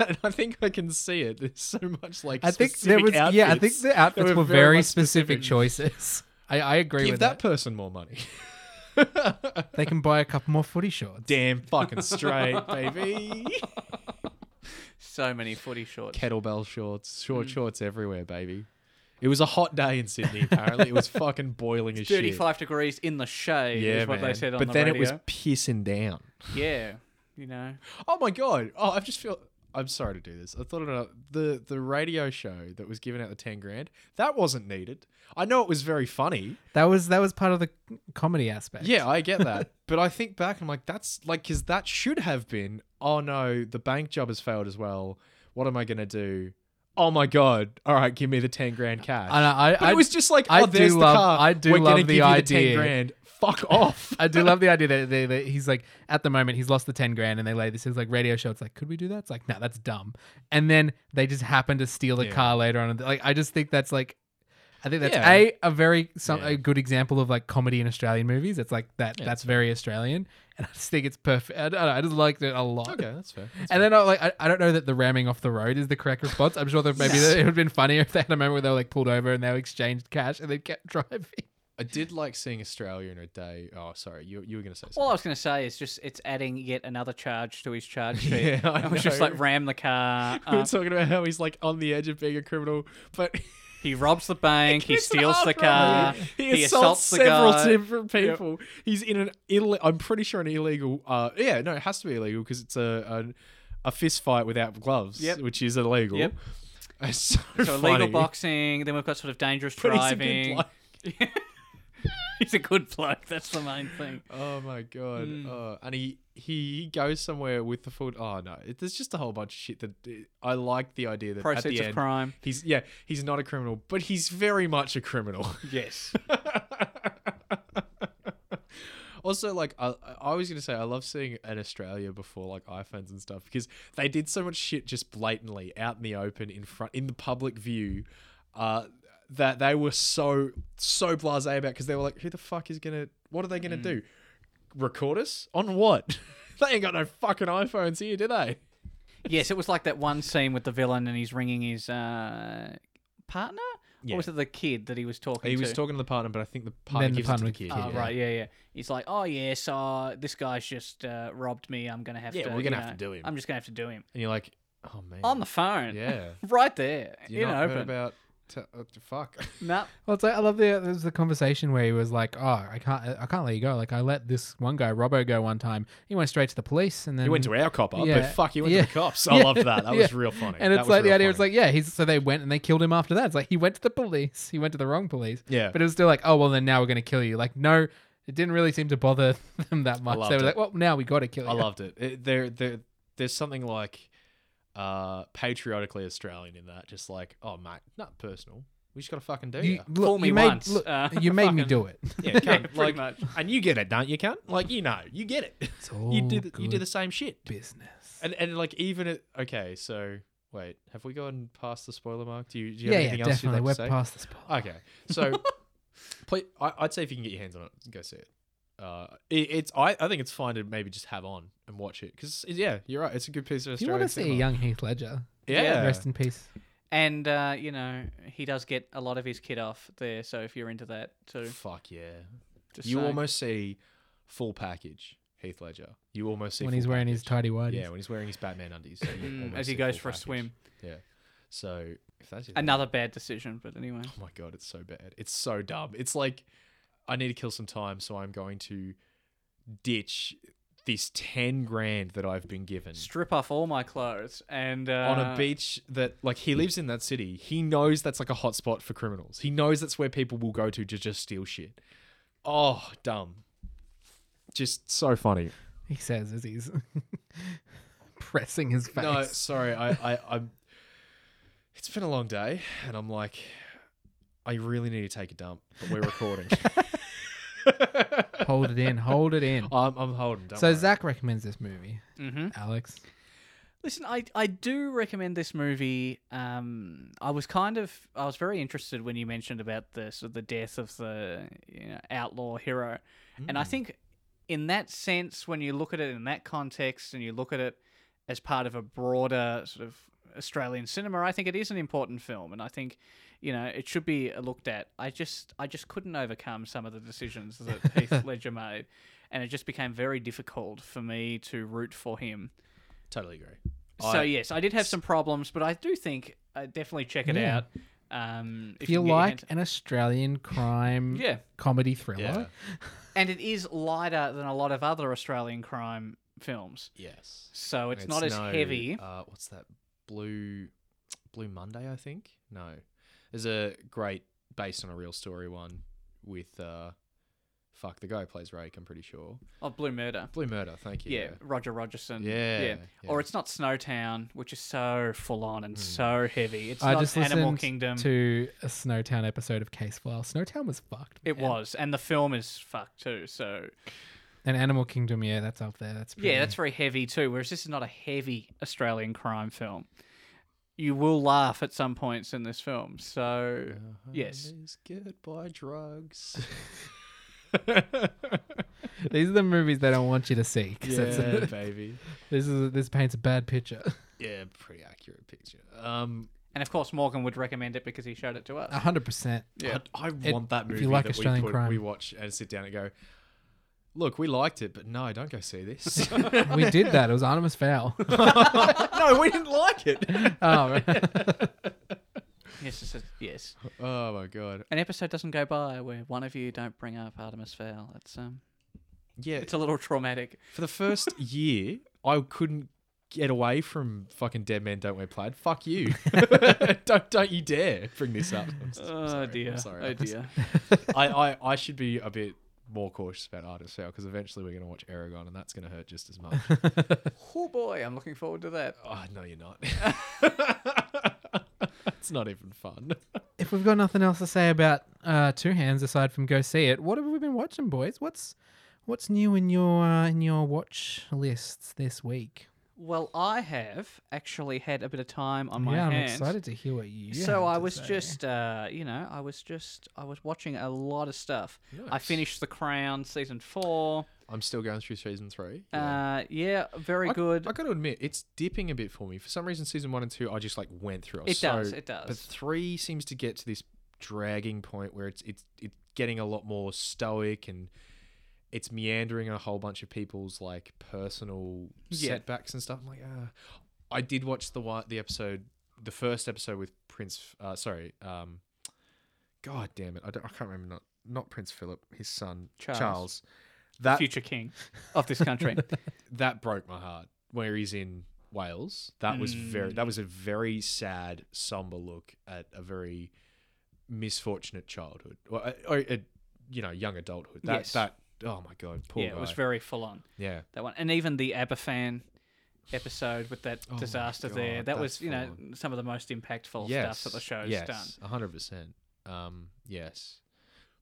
Speaker 2: and I think I can see it. There's so much like
Speaker 1: I think there was
Speaker 2: specific
Speaker 1: yeah. I think
Speaker 2: outfits.
Speaker 1: the outfits
Speaker 2: were
Speaker 1: were,
Speaker 2: very
Speaker 1: very
Speaker 2: much
Speaker 1: specific,
Speaker 2: specific.
Speaker 1: choices. I, I agree
Speaker 2: give
Speaker 1: with that.
Speaker 2: that person more money.
Speaker 1: They can buy a couple more footy shorts.
Speaker 2: Damn fucking straight, baby.
Speaker 3: so many footy shorts.
Speaker 2: kettlebell shorts,
Speaker 3: Hmm.
Speaker 2: short shorts everywhere, baby. It was a hot day in Sydney. Apparently, it was fucking boiling as shit.
Speaker 3: 35 degrees in the shade
Speaker 2: Yeah,
Speaker 3: is what
Speaker 2: man.
Speaker 3: they said on
Speaker 2: but
Speaker 3: the
Speaker 2: then
Speaker 3: radio.
Speaker 2: it was pissing down.
Speaker 3: Yeah, you know.
Speaker 2: Oh my god! Oh, I just feel. I'm sorry to do this. I thought about the the radio show that was giving out the ten grand. That wasn't needed. I know it was very funny.
Speaker 1: That was that was part of the comedy aspect.
Speaker 2: Yeah, I get that. but I think back, I'm like, that's like, because that should have been, oh no, the bank job has failed as well. What am I going to do? Oh my God. All right, give me the 10 grand cash.
Speaker 1: And I- I-
Speaker 2: but
Speaker 1: I-
Speaker 2: it was just like,
Speaker 1: I
Speaker 2: oh,
Speaker 1: do
Speaker 2: there's the
Speaker 1: love-
Speaker 2: car.
Speaker 1: I do
Speaker 2: We're
Speaker 1: love
Speaker 2: gonna
Speaker 1: the
Speaker 2: give you
Speaker 1: idea.
Speaker 2: 10 grand. Fuck off.
Speaker 1: I do love the idea that, they, that he's like at the moment he's lost the ten grand and they lay this is like radio show. It's like could we do that? It's like no, that's dumb. And then they just happen to steal the
Speaker 2: Yeah.
Speaker 1: car later on. Like I just think that's like. I think that's
Speaker 2: Yeah.
Speaker 1: a a very some
Speaker 2: Yeah.
Speaker 1: a good example of like comedy in Australian movies. It's like that.
Speaker 2: Yeah,
Speaker 1: that's very Australian, and I just think it's perfect. I, don't know, I just liked it a lot.
Speaker 2: okay, that's fair. That's
Speaker 1: And then I like I, I don't know that the ramming off the road is the correct response. I'm sure that maybe that it would have been funnier if they had a moment where they were like pulled over and they exchanged cash and then kept driving.
Speaker 2: I did like seeing Australia in a day. Oh, sorry, you you were gonna say something.
Speaker 3: All I was going to say is just it's adding yet another charge to his charge sheet.
Speaker 2: Yeah, I
Speaker 3: I, was just
Speaker 2: know.
Speaker 3: like ram the car. uh, up.
Speaker 2: we were talking about how he's like on the edge of being a criminal, but
Speaker 3: He robs the bank. he
Speaker 2: gets an
Speaker 3: steals the
Speaker 2: arm
Speaker 3: car.
Speaker 2: robbery.
Speaker 3: He,
Speaker 2: he,
Speaker 3: assaults, the
Speaker 2: several
Speaker 3: guy.
Speaker 2: different people. He's in an Italy. I'm pretty sure an illegal. Uh, yeah, no, it has to be illegal because it's a, a a fist fight without gloves,
Speaker 3: Yep.
Speaker 2: which is illegal.
Speaker 3: Yep.
Speaker 2: It's so,
Speaker 3: so
Speaker 2: funny.
Speaker 3: illegal boxing. Then we've got sort of dangerous
Speaker 2: But he's a good
Speaker 3: driving.
Speaker 2: bloke.
Speaker 3: He's a good bloke. That's the main thing.
Speaker 2: Oh my god!
Speaker 3: Mm.
Speaker 2: Uh, and he he goes somewhere with the food. Oh no, it, there's just a whole bunch of shit that eh, I like the idea that at
Speaker 3: Proceeds
Speaker 2: the
Speaker 3: of
Speaker 2: end
Speaker 3: crime.
Speaker 2: he's yeah he's not a criminal, but he's very much a criminal.
Speaker 3: Yes.
Speaker 2: also, like I, I was gonna say, I love seeing an Australia before like iPhones and stuff because they did so much shit just blatantly out in the open, in front, in the public view, uh, that they were so so blasé about because they were like, who the fuck is gonna, what are they gonna do, record us on what? they ain't got no fucking iPhones here, do they?
Speaker 3: yes, it was like that one scene with the villain and he's ringing his uh, partner?
Speaker 2: Yeah.
Speaker 3: Or was it the kid that he was talking
Speaker 2: He
Speaker 3: to?
Speaker 2: was talking to the partner, but I think the partner
Speaker 1: the
Speaker 2: gives
Speaker 1: partner
Speaker 2: it to the kid.
Speaker 3: Oh,
Speaker 2: yeah.
Speaker 3: right, yeah, yeah. He's like, oh, yeah, so this guy's just uh, robbed me. I'm going to have to.
Speaker 2: Yeah, we're gonna
Speaker 3: you
Speaker 2: have to
Speaker 3: know,
Speaker 2: do him.
Speaker 3: I'm just going to have to do him.
Speaker 2: And you're like, oh man,
Speaker 3: On the phone.
Speaker 2: yeah.
Speaker 3: right there.
Speaker 2: You
Speaker 3: in
Speaker 2: not
Speaker 3: open.
Speaker 2: heard about t- uh, t- fuck?
Speaker 3: Nah.
Speaker 1: Well, it's like, I love the there's the conversation where he was like, "Oh, I can't, I can't let you go. Like, I let this one guy, Robbo, go one time. He went straight to the police, and then
Speaker 2: You went to our cop up,
Speaker 1: Yeah.
Speaker 2: but fuck, you went
Speaker 1: Yeah.
Speaker 2: to the cops. I
Speaker 1: Yeah.
Speaker 2: loved that. That
Speaker 1: Yeah.
Speaker 2: was real funny.
Speaker 1: And
Speaker 2: That
Speaker 1: it's
Speaker 2: was
Speaker 1: like the
Speaker 2: real
Speaker 1: idea was
Speaker 2: funny.
Speaker 1: like, yeah, he's so they went and they killed him after that. It's like he went to the police, he went to the wrong police,
Speaker 2: yeah,
Speaker 1: but it was still like, oh well, then now we're gonna kill you. Like, no, it didn't really seem to bother them that much.
Speaker 2: loved
Speaker 1: They were
Speaker 2: it.
Speaker 1: like, well, now we gotta kill you.
Speaker 2: I loved it. it there, there, there's something like uh patriotically Australian in that. Just like, oh mate, not personal. We just gotta fucking do
Speaker 1: you.
Speaker 2: ya.
Speaker 1: Look,
Speaker 3: Call me
Speaker 1: you made,
Speaker 3: once.
Speaker 1: look,
Speaker 3: Uh,
Speaker 1: you made me
Speaker 3: fucking-
Speaker 1: do it.
Speaker 2: Yeah, cunt.
Speaker 3: pretty
Speaker 2: like,
Speaker 3: much.
Speaker 2: and you get it, don't you, cunt? Like, you know, you get it.
Speaker 1: It's all
Speaker 2: you did, you did
Speaker 1: good
Speaker 2: the same shit.
Speaker 1: business.
Speaker 2: And and like even it. Okay, so wait, have we gone past the spoiler mark? Do you, do you
Speaker 1: yeah,
Speaker 2: have
Speaker 1: yeah,
Speaker 2: anything else you'd
Speaker 1: definitely.
Speaker 2: like
Speaker 1: we're
Speaker 2: to say?
Speaker 1: past the spot.
Speaker 2: Okay, so please, I, I'd say if you can get your hands on it, go see it. Uh, it, it's I, I think it's fine to maybe just have on and watch it because yeah, you're right. It's a good piece of
Speaker 1: Do you
Speaker 2: Australian
Speaker 1: want to see a
Speaker 2: cinema.
Speaker 1: young Heath Ledger?
Speaker 2: yeah.
Speaker 1: Rest in peace.
Speaker 3: And, uh, you know, he does get a lot of his kid off there. So if you're into that too,
Speaker 2: Fuck yeah!
Speaker 3: just
Speaker 2: You
Speaker 3: saying.
Speaker 2: almost see full package Heath Ledger. You almost see
Speaker 1: when
Speaker 2: full
Speaker 1: he's wearing his tidy
Speaker 2: package.
Speaker 1: whities.
Speaker 2: yeah when he's wearing his Batman undies you
Speaker 3: Mm,
Speaker 2: almost
Speaker 3: as he
Speaker 2: see
Speaker 3: goes
Speaker 2: full
Speaker 3: for a
Speaker 2: package.
Speaker 3: swim.
Speaker 2: Yeah, so if that's your thing-
Speaker 3: Another bad decision, but anyway.
Speaker 2: Oh my god, it's so bad. It's so dumb. It's like I need to kill some time, so I'm going to ditch this ten grand that I've been given
Speaker 3: Strip off all my clothes and. Uh,
Speaker 2: on a beach that like he lives in that city. He knows that's like a hotspot for criminals. He knows that's where people will go to to just steal shit. Oh, dumb. Just so funny.
Speaker 1: He says as he's pressing his face.
Speaker 2: No, sorry. I, I, I'm. It's been a long day, and I'm like, I really need to take a dump, but we're recording.
Speaker 1: Hold it in. Hold it in.
Speaker 2: I'm, I'm holding. Oh, Don't
Speaker 1: so
Speaker 2: worry.
Speaker 1: Zach recommends this movie.
Speaker 3: Mhm.
Speaker 1: Alex,
Speaker 3: Listen, I, I do recommend this movie. Um, I was kind of I was very interested when you mentioned about the sort of the death of the you know, outlaw hero, and I think in that sense, when you look at it in that context and you look at it as part of a broader sort of Australian cinema, I think it is an important film, and I think you know it should be looked at. I just I just couldn't overcome some of the decisions that Heath Ledger made, and it just became very difficult for me to root for him.
Speaker 2: totally agree.
Speaker 3: So
Speaker 2: I-
Speaker 3: yes, I did have some problems, but I do think uh, definitely check it
Speaker 1: Yeah.
Speaker 3: out. Um,
Speaker 1: if
Speaker 3: you
Speaker 1: you
Speaker 3: can get your
Speaker 1: like
Speaker 3: hands-
Speaker 1: an Australian crime
Speaker 3: yeah,
Speaker 1: comedy thriller,
Speaker 2: Yeah.
Speaker 3: and it is lighter than a lot of other Australian crime films,
Speaker 2: Yes.
Speaker 3: so it's, not as
Speaker 2: no,
Speaker 3: heavy.
Speaker 2: Uh, what's that? Blue, Blue Monday, I think. No, there's a great based on a real story one with uh, fuck the guy who plays Rake. I'm pretty sure.
Speaker 3: Oh, Blue Murder,
Speaker 2: Blue Murder. Thank you.
Speaker 3: yeah, Roger Rogerson,
Speaker 2: Yeah,
Speaker 3: yeah.
Speaker 2: yeah.
Speaker 3: Or it's not Snowtown, which is so full on and so heavy. It's
Speaker 1: I
Speaker 3: not
Speaker 1: just listened
Speaker 3: Animal Kingdom.
Speaker 1: to a Snowtown episode of Case File. Snowtown was fucked.
Speaker 3: it
Speaker 1: man.
Speaker 3: was, and the film is fucked too. So
Speaker 1: And Animal Kingdom, yeah, that's up there. That's pretty,
Speaker 3: Yeah, that's very heavy too. Whereas this is not a heavy Australian crime film. You will laugh at some points in this film. So yes,
Speaker 2: Goodbye drugs.
Speaker 1: these are the movies they don't want you to see. 'cause it's-
Speaker 2: yeah, baby.
Speaker 1: this is this paints a bad picture.
Speaker 2: Yeah, pretty accurate picture. Um,
Speaker 3: And of course, Morgan would recommend it because he showed it to us.
Speaker 1: hundred percent.
Speaker 2: Yeah, I, I
Speaker 1: It-
Speaker 2: want that
Speaker 1: if you
Speaker 2: movie
Speaker 1: like
Speaker 2: that
Speaker 1: Australian
Speaker 2: we, put,
Speaker 1: crime.
Speaker 2: we watch and sit down and go, look, we liked it, but no, don't go see this.
Speaker 1: We did that. It was Artemis Fowl.
Speaker 2: no, we didn't like it.
Speaker 1: oh, right.
Speaker 3: Yes, it's a, yes.
Speaker 2: Oh my god.
Speaker 3: An episode doesn't go by where one of you don't bring up Artemis Fowl. It's um,
Speaker 2: Yeah,
Speaker 3: it's a little traumatic.
Speaker 2: for the first year, I couldn't get away from fucking dead men don't wear plaid. Fuck you. don't don't you dare bring this up. I'm s- I'm
Speaker 3: Oh
Speaker 2: sorry, I'm
Speaker 3: dear.
Speaker 2: sorry.
Speaker 3: oh
Speaker 2: I'm s-
Speaker 3: dear.
Speaker 2: I, I I should be a bit more cautious about Artist Fowl because eventually we're gonna watch Aragon and that's gonna hurt just as much.
Speaker 3: Oh boy, I'm looking forward to that.
Speaker 2: oh no, you're not. it's not even fun.
Speaker 1: if we've got nothing else to say about uh, Two Hands aside from go see it, what have we been watching, boys? What's what's new in your uh, in your watch lists this week?
Speaker 3: Well, I have actually had a bit of time on my
Speaker 1: yeah,
Speaker 3: hands.
Speaker 1: I'm excited to hear what you.
Speaker 3: so
Speaker 1: have
Speaker 3: I
Speaker 1: to
Speaker 3: was
Speaker 1: say.
Speaker 3: just, uh, you know, I was just, I was watching a lot of stuff. I
Speaker 2: Nice.
Speaker 3: finished The Crown season four.
Speaker 2: I'm still going through season three.
Speaker 3: Uh, yeah, very
Speaker 2: I-
Speaker 3: good.
Speaker 2: I gotta admit, it's dipping a bit for me. For some reason, season one and two, I just like went through. I was
Speaker 3: it does,
Speaker 2: so-
Speaker 3: it does.
Speaker 2: But three seems to get to this dragging point where it's it's it's getting a lot more stoic and it's meandering a whole bunch of people's like personal
Speaker 3: Yeah.
Speaker 2: setbacks and stuff. I'm like, ah. I did watch the one the episode, the first episode with Prince. Uh, sorry, um, God damn it, I, don't, I can't remember. Not not Prince Philip, his son
Speaker 3: Charles.
Speaker 2: Charles. That
Speaker 3: Future king of this country.
Speaker 2: that broke my heart where he's in Wales. That was very
Speaker 3: Mm.
Speaker 2: that was a very sad, somber look at a very misfortunate childhood or, or a, uh, you know young adulthood. That
Speaker 3: Yes.
Speaker 2: that oh my god, poor
Speaker 3: yeah,
Speaker 2: guy.
Speaker 3: it was very full on.
Speaker 2: yeah,
Speaker 3: that one, and even the Aberfan episode with that
Speaker 2: Oh my
Speaker 3: disaster there. That
Speaker 2: God, that's
Speaker 3: was, you know,
Speaker 2: full
Speaker 3: some of the most impactful
Speaker 2: yes,
Speaker 3: stuff that the show's
Speaker 2: yes,
Speaker 3: done.
Speaker 2: hundred percent. Um, yes,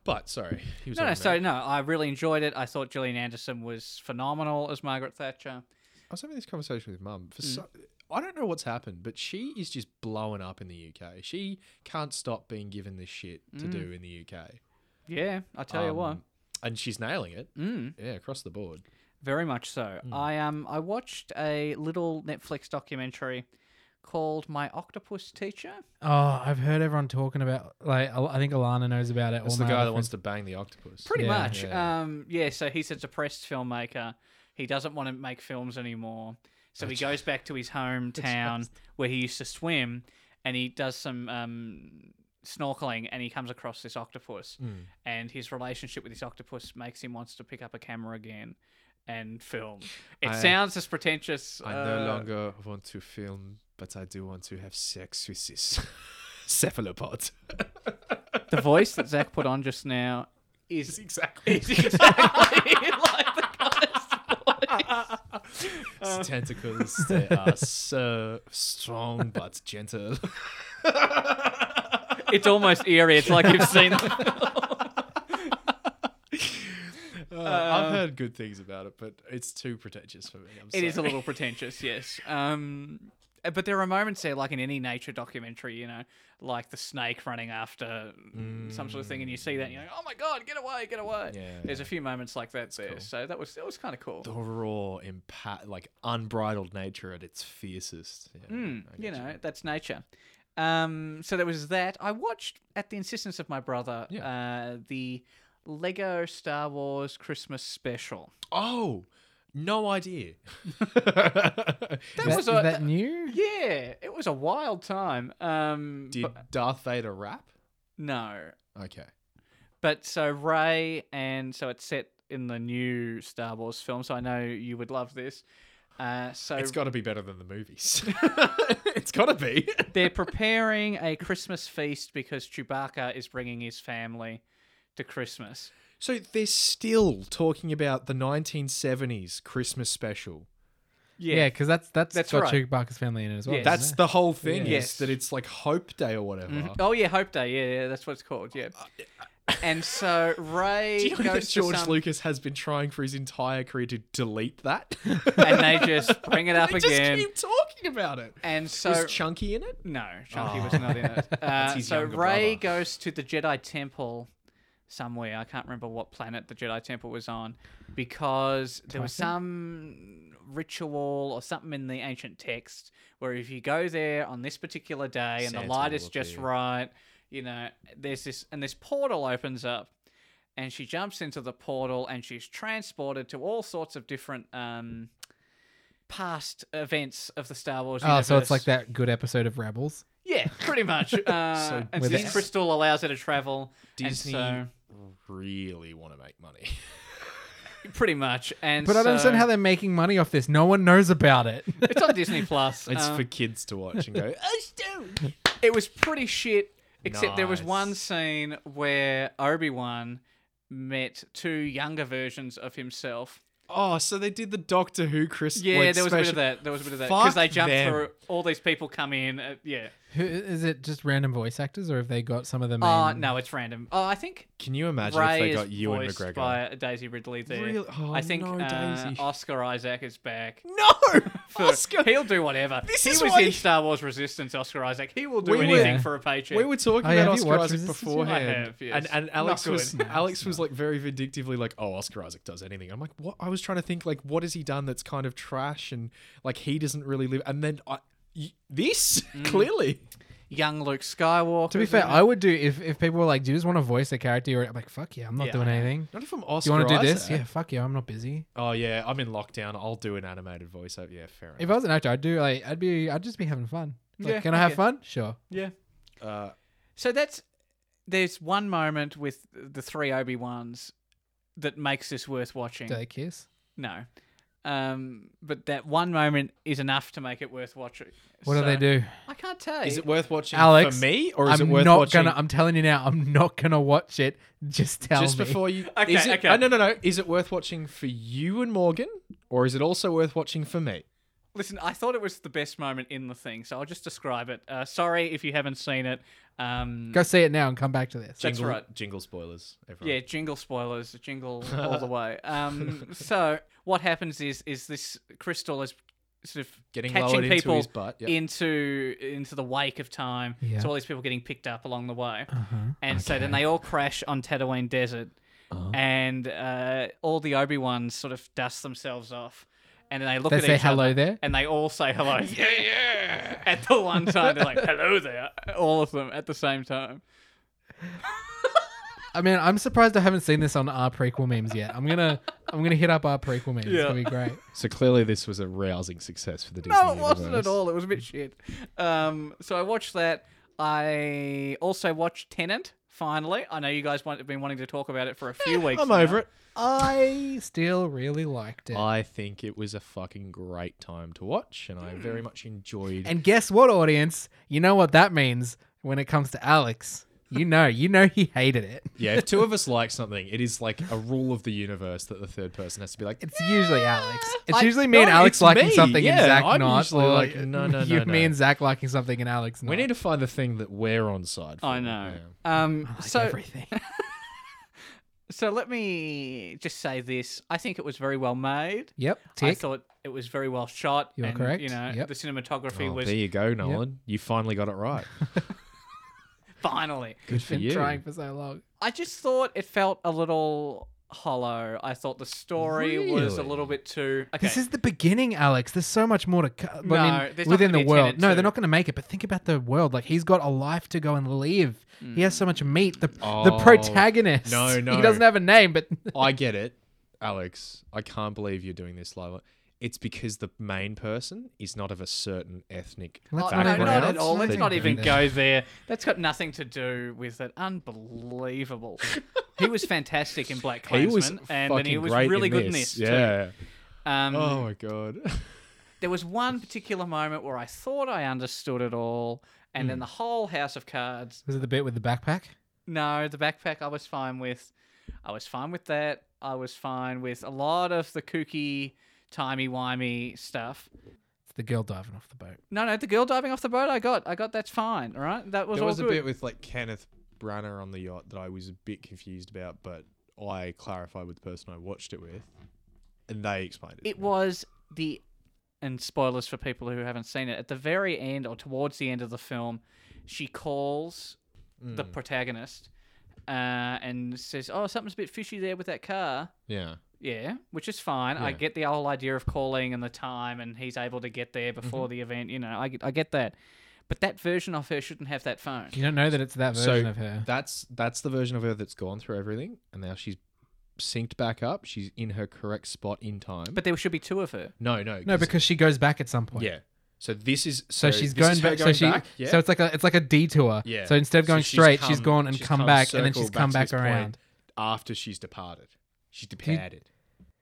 Speaker 2: but sorry, he was
Speaker 3: No,
Speaker 2: on
Speaker 3: no,
Speaker 2: about-
Speaker 3: so no, I really enjoyed it. I thought Gillian Anderson was phenomenal as Margaret Thatcher.
Speaker 2: I was having this conversation with mum. For
Speaker 3: Mm.
Speaker 2: so, I don't know what's happened, but she is just blowing up in the UK. She can't stop being given this shit to do
Speaker 3: Mm.
Speaker 2: in the UK.
Speaker 3: Yeah, I tell you what,
Speaker 2: Um, and she's nailing it.
Speaker 3: mm,
Speaker 2: Yeah, across the board.
Speaker 3: very much so.
Speaker 2: hmm.
Speaker 3: I um, I watched a little Netflix documentary called My Octopus Teacher.
Speaker 1: Oh, I've heard everyone talking about. Like, Al- I think Alana knows about it.
Speaker 2: That's
Speaker 1: all
Speaker 2: the
Speaker 1: my
Speaker 2: guy
Speaker 1: other
Speaker 2: that wants
Speaker 1: friends-
Speaker 2: to bang the octopus.
Speaker 3: Pretty
Speaker 1: Yeah.
Speaker 3: much.
Speaker 2: Yeah.
Speaker 3: Um, yeah, so he's a depressed filmmaker. He doesn't want to make films anymore. So he goes back to his hometown where he used to swim and he does some um, snorkeling and he comes across this octopus.
Speaker 2: Hmm.
Speaker 3: And his relationship with this octopus makes him wants to pick up a camera again and film. It
Speaker 2: I-
Speaker 3: sounds as pretentious.
Speaker 2: I
Speaker 3: uh,
Speaker 2: no longer want to film, but I do want to have sex with this cephalopod.
Speaker 3: The voice that Zach put on just now is
Speaker 2: exactly.
Speaker 3: exactly like the guy's voice.
Speaker 2: Its tentacles they are so strong but gentle.
Speaker 3: It's almost eerie. It's like you've seen.
Speaker 2: Uh, I've heard good things about it, but it's too pretentious for me. I'm
Speaker 3: It is a
Speaker 2: sorry.
Speaker 3: little pretentious, yes. Um, uh, but there are moments there, like in any nature documentary, you know, like the snake running after mm, some sort of thing, and you see that, and you're like, "Oh my god, get away, get away!"
Speaker 2: Yeah.
Speaker 3: There's a few moments like that there,
Speaker 2: cool.
Speaker 3: so that was that was kind of cool.
Speaker 2: the raw, impa- like unbridled nature at its fiercest. Yeah,
Speaker 3: Mm,
Speaker 2: I
Speaker 3: you
Speaker 2: get
Speaker 3: know, that's nature. Um, so there was that. I watched, at the insistence of my brother, uh, the Lego Star Wars Christmas special.
Speaker 2: Oh, no idea.
Speaker 3: That
Speaker 1: Is
Speaker 3: was
Speaker 1: that,
Speaker 3: a
Speaker 1: is that new?
Speaker 3: yeah, it was a wild time. Um,
Speaker 2: Did
Speaker 3: but-
Speaker 2: Darth Vader rap?
Speaker 3: no,
Speaker 2: Okay.
Speaker 3: But so Ray and so it's set in the new Star Wars film, so I know you would love this. Uh, so
Speaker 2: It's got to be better than the movies. it's got to be.
Speaker 3: they're preparing a Christmas feast because Chewbacca is bringing his family to Christmas.
Speaker 2: So they're still talking about the 1970s Christmas special.
Speaker 1: Yeah, because that's that's,
Speaker 3: That's
Speaker 1: got
Speaker 3: right.
Speaker 1: Chewbacca's family in it as well.
Speaker 3: Yes.
Speaker 1: doesn't
Speaker 2: That's
Speaker 1: it?
Speaker 2: the whole thing.
Speaker 3: Yeah.
Speaker 2: Is that it's like Hope Day or whatever.
Speaker 3: Mhm. Oh yeah, Hope Day. Yeah, yeah, that's what it's called. Yeah. And so Ray
Speaker 2: Uh, Do you know that
Speaker 3: goes
Speaker 2: George
Speaker 3: to some,
Speaker 2: Lucas has been trying for his entire career to delete that?
Speaker 3: and they just bring it up
Speaker 2: they
Speaker 3: again.
Speaker 2: just keep talking about it.
Speaker 3: And so
Speaker 2: Was Chunky in it?
Speaker 3: No, Chunky was not in it. Uh,
Speaker 2: Oh. his
Speaker 3: so
Speaker 2: younger
Speaker 3: Ray
Speaker 2: brother.
Speaker 3: goes to the Jedi Temple somewhere. I can't remember what planet the Jedi Temple was on because there was some ritual or something in the ancient text where if you go there on this particular day and the
Speaker 2: Santa
Speaker 3: light
Speaker 2: will
Speaker 3: is just
Speaker 2: appear.
Speaker 3: right, you know, there's this and this portal opens up and she jumps into the portal and she's transported to all sorts of different um past events of the Star Wars
Speaker 1: Oh, so it's like
Speaker 3: universe.
Speaker 1: that good episode of Rebels.
Speaker 3: Yeah, pretty much. Uh,
Speaker 2: So
Speaker 3: and
Speaker 1: with
Speaker 3: this
Speaker 1: this-
Speaker 3: crystal allows her to travel. and
Speaker 2: Disney
Speaker 3: so-
Speaker 2: really want to make money.
Speaker 3: pretty much. And
Speaker 1: But I don't understand how they're making money off this. No one knows about it.
Speaker 3: it's on Disney Plus.
Speaker 2: it's
Speaker 3: Uh,
Speaker 2: for kids to watch and go. "Oh,
Speaker 3: It was pretty shit. Except there was
Speaker 2: Nice.
Speaker 3: one scene where Obi Wan met two younger versions of himself.
Speaker 2: Oh, so they did the Doctor Who Christmas.
Speaker 3: Yeah, there was a bit of that. There was a bit of that because
Speaker 2: Fuck
Speaker 3: they jumped
Speaker 2: them.
Speaker 3: through. All these people come in. Uh, yeah.
Speaker 1: Who, is it just random voice actors, or have they got some of the main?
Speaker 3: Oh no, it's random. Oh, I think
Speaker 2: Can you imagine
Speaker 3: Ray
Speaker 2: if they got
Speaker 3: is
Speaker 2: you and
Speaker 3: voiced
Speaker 2: McGregor?
Speaker 3: by Daisy Ridley there.
Speaker 2: Really? Oh,
Speaker 3: I think
Speaker 2: no,
Speaker 3: uh,
Speaker 2: Daisy.
Speaker 3: Oscar Isaac is back.
Speaker 2: No, Oh,
Speaker 3: for-
Speaker 2: Oscar.
Speaker 3: He'll do whatever.
Speaker 2: This
Speaker 3: he
Speaker 2: is
Speaker 3: was
Speaker 2: why
Speaker 3: in
Speaker 2: he-
Speaker 3: Star Wars Resistance, Oscar Isaac. He will do
Speaker 2: We were-
Speaker 3: anything for a paycheck.
Speaker 2: We were talking
Speaker 1: Oh, yeah, have
Speaker 2: about
Speaker 1: you
Speaker 2: Oscar
Speaker 1: watched
Speaker 2: Isaac
Speaker 1: Resistance yet?
Speaker 2: beforand,
Speaker 3: I have, yes.
Speaker 2: and and
Speaker 3: Not
Speaker 2: Alex
Speaker 3: good.
Speaker 2: was
Speaker 1: No,
Speaker 2: Alex
Speaker 1: it's
Speaker 2: was like very vindictively like, "Oh, Oscar Isaac does anything." I'm like, "What?" I was trying to think like, "What has he done that's kind of trash and like he doesn't really live?" And then I, y- this
Speaker 3: Mm.
Speaker 2: clearly,
Speaker 3: Young Luke Skywalker.
Speaker 1: To be fair, I would do if, if people were like, "Do you just want to voice a character?" Or, I'm like, "Fuck yeah, I'm not
Speaker 3: Yeah,
Speaker 1: doing
Speaker 3: I know.
Speaker 1: anything."
Speaker 2: not if I'm
Speaker 1: Do
Speaker 2: Oscar.
Speaker 1: you want to do
Speaker 2: Isaac.
Speaker 1: this? Yeah, fuck yeah, I'm not busy.
Speaker 2: Oh yeah, I'm in lockdown. I'll do an animated voiceover. Yeah, fair
Speaker 1: If
Speaker 2: enough.
Speaker 1: I was an actor, I'd do like, I'd be, I'd just be having fun. Like,
Speaker 3: Yeah,
Speaker 1: can I have
Speaker 3: okay.
Speaker 1: fun? Sure.
Speaker 3: yeah.
Speaker 2: uh,
Speaker 3: So that's there's one moment with the three Obi Wans that makes this worth watching.
Speaker 1: Do they kiss?
Speaker 3: No, um, but that one moment is enough to make it worth watching.
Speaker 1: What do they
Speaker 3: So-
Speaker 1: do?
Speaker 3: I can't tell.
Speaker 2: is it worth watching
Speaker 1: Alex,
Speaker 2: for me, or is
Speaker 1: I'm
Speaker 2: it worth
Speaker 1: not
Speaker 2: watching?
Speaker 1: gonna. I'm telling you now, I'm not gonna watch it. Just tell
Speaker 2: just
Speaker 1: me.
Speaker 2: before you,
Speaker 3: Okay,
Speaker 2: is it,
Speaker 3: okay.
Speaker 2: oh, no, no, no. Is it worth watching for you and Morgan, or is it also worth watching for me?
Speaker 3: Listen, I thought it was the best moment in the thing, so I'll just describe it. Uh, sorry if you haven't seen it. Um,
Speaker 1: Go see it now and come back to this.
Speaker 3: That's
Speaker 2: jingle,
Speaker 3: right.
Speaker 2: Jingle spoilers. Everyone.
Speaker 3: Yeah, jingle spoilers, jingle all the way. Um, so what happens is is this crystal is sort of
Speaker 2: Getting lowered
Speaker 3: catching
Speaker 2: into
Speaker 3: people
Speaker 2: his butt, yep.
Speaker 3: into into the wake of time.
Speaker 1: Yeah.
Speaker 3: So all these people getting picked up along the way,
Speaker 2: Uh-huh.
Speaker 3: and so then they all crash on Tatooine Desert,
Speaker 2: Oh.
Speaker 3: and uh, all the Obi Wans sort of dust themselves off, and then they look
Speaker 1: They
Speaker 3: at
Speaker 1: say
Speaker 3: each
Speaker 1: hello
Speaker 3: other,
Speaker 1: there?
Speaker 3: and they all say hello. yeah, yeah. At the one time, they're like hello there, all of them at the same time.
Speaker 1: I mean, I'm surprised I haven't seen this on our prequel memes yet. I'm gonna, I'm gonna hit up our prequel memes. It's
Speaker 3: Yeah.
Speaker 1: gonna be great.
Speaker 2: So clearly, this was a rousing success for the Disney.
Speaker 3: No, it wasn't
Speaker 2: universe.
Speaker 3: at all. It was a bit shit. Um, so I watched that. I also watched Tenant. Finally, I know you guys want, have been wanting to talk about it for a
Speaker 1: Eh,
Speaker 3: few weeks.
Speaker 2: I'm
Speaker 3: now.
Speaker 2: over it.
Speaker 1: I still really liked it.
Speaker 2: I think it was a fucking great time to watch, and I
Speaker 3: Hmm.
Speaker 2: very much enjoyed.
Speaker 1: And guess what, audience? You know what that means when it comes to Alex. You know, you know he hated it.
Speaker 2: yeah, if two of us like something, it is like a rule of the universe that the third person has to be like.
Speaker 1: It's usually Alex. It's
Speaker 2: I-
Speaker 1: usually me and
Speaker 2: no,
Speaker 1: Alex
Speaker 2: it's
Speaker 1: liking
Speaker 2: me.
Speaker 1: something and
Speaker 2: Yeah,
Speaker 1: Zach
Speaker 2: I'm
Speaker 1: not.
Speaker 2: usually
Speaker 1: or
Speaker 2: like, no, no,
Speaker 1: you,
Speaker 2: no,
Speaker 1: Me
Speaker 2: no.
Speaker 1: and Zach liking something and Alex not.
Speaker 2: we need to find the thing that we're on side. For.
Speaker 3: I know.
Speaker 2: Yeah.
Speaker 3: Um,
Speaker 1: like
Speaker 3: so,
Speaker 1: everything.
Speaker 3: so let me just say this. I think it was very well made.
Speaker 1: yep.
Speaker 3: I
Speaker 1: Tick.
Speaker 3: thought it was very well shot.
Speaker 1: You are
Speaker 3: and,
Speaker 1: correct.
Speaker 3: You know,
Speaker 1: Yep.
Speaker 3: the cinematography
Speaker 2: Oh,
Speaker 3: was
Speaker 2: there you go, Nolan. You finally got it right.
Speaker 3: finally.
Speaker 2: Good for
Speaker 1: Been
Speaker 2: you.
Speaker 1: trying for so long.
Speaker 3: I just thought it felt a little hollow. I thought the story was a
Speaker 2: Really?
Speaker 3: little bit too. Okay.
Speaker 1: This is the beginning, Alex. There's so much more to co-
Speaker 3: No,
Speaker 1: I mean,
Speaker 3: there's not
Speaker 1: within
Speaker 3: gonna be
Speaker 1: the
Speaker 3: a
Speaker 1: world.
Speaker 3: Tenet
Speaker 1: No,
Speaker 3: two.
Speaker 1: they're not going to make it. But think about the world. Like he's got a life to go and live. He has so much meat. The the
Speaker 2: Oh.
Speaker 1: protagonist.
Speaker 2: No,
Speaker 1: He
Speaker 2: no.
Speaker 1: doesn't have a name, but
Speaker 2: I get it, Alex. I can't believe you're doing this live. It's because the main person is not of a certain ethnic
Speaker 1: Let's
Speaker 3: Oh, no,
Speaker 2: background.
Speaker 3: not at all. Let's
Speaker 1: Nothing
Speaker 3: not
Speaker 1: to do
Speaker 3: even
Speaker 1: there.
Speaker 3: go there. That's got nothing to do with it. Unbelievable. he was fantastic in Black
Speaker 2: He
Speaker 3: Klansman,
Speaker 2: was
Speaker 3: and then he
Speaker 2: fucking
Speaker 3: was
Speaker 2: great
Speaker 3: really
Speaker 2: in
Speaker 3: good
Speaker 2: this.
Speaker 3: in this.
Speaker 2: Yeah.
Speaker 3: Too. Um,
Speaker 2: Oh my god.
Speaker 3: There was one particular moment where I thought I understood it all, and
Speaker 2: Hmm.
Speaker 3: then the whole House of Cards.
Speaker 1: was it the bit with the backpack?
Speaker 3: No, the backpack I was fine with. I was fine with that. I was fine with a lot of the kooky, timey-wimey stuff.
Speaker 1: It's the girl diving off the boat.
Speaker 3: No, no, the girl diving off the boat, I got. I got that's fine, all right? That was
Speaker 2: There
Speaker 3: all
Speaker 2: was a
Speaker 3: good.
Speaker 2: bit with like Kenneth Branagh on the yacht that I was a bit confused about, but I clarified with the person I watched it with, and they explained it.
Speaker 3: it was the and spoilers for people who haven't seen it at the very end or towards the end of the film she calls the
Speaker 2: Hmm.
Speaker 3: protagonist uh, and says oh something's a bit fishy there with that car
Speaker 2: yeah.
Speaker 3: Yeah, which is fine. I
Speaker 2: Yeah.
Speaker 3: get the whole idea of calling and the time, and he's able to get there
Speaker 2: Mm-hmm.
Speaker 3: before the event. You know, I get, I get that. But that version of her shouldn't have that phone.
Speaker 1: You don't know that it's that
Speaker 2: So-
Speaker 1: version of her.
Speaker 2: That's that's the version of her that's gone through everything, and now she's synced back up. She's in her correct spot in time.
Speaker 3: But there should be two of her.
Speaker 2: no, no,
Speaker 1: No, because she goes back at some point.
Speaker 2: yeah. So this is
Speaker 1: So, she's going back. so she.
Speaker 2: yeah.
Speaker 1: So it's like a it's like a detour.
Speaker 2: Yeah.
Speaker 1: So instead of
Speaker 2: So
Speaker 1: going
Speaker 2: she's
Speaker 1: straight, she's
Speaker 2: come-
Speaker 1: gone and
Speaker 2: she's
Speaker 1: come,
Speaker 2: come
Speaker 1: back, and then
Speaker 2: circle
Speaker 1: she's
Speaker 2: back
Speaker 1: come
Speaker 2: to
Speaker 1: back
Speaker 2: this point.
Speaker 1: around.
Speaker 2: after she's departed, she's departed.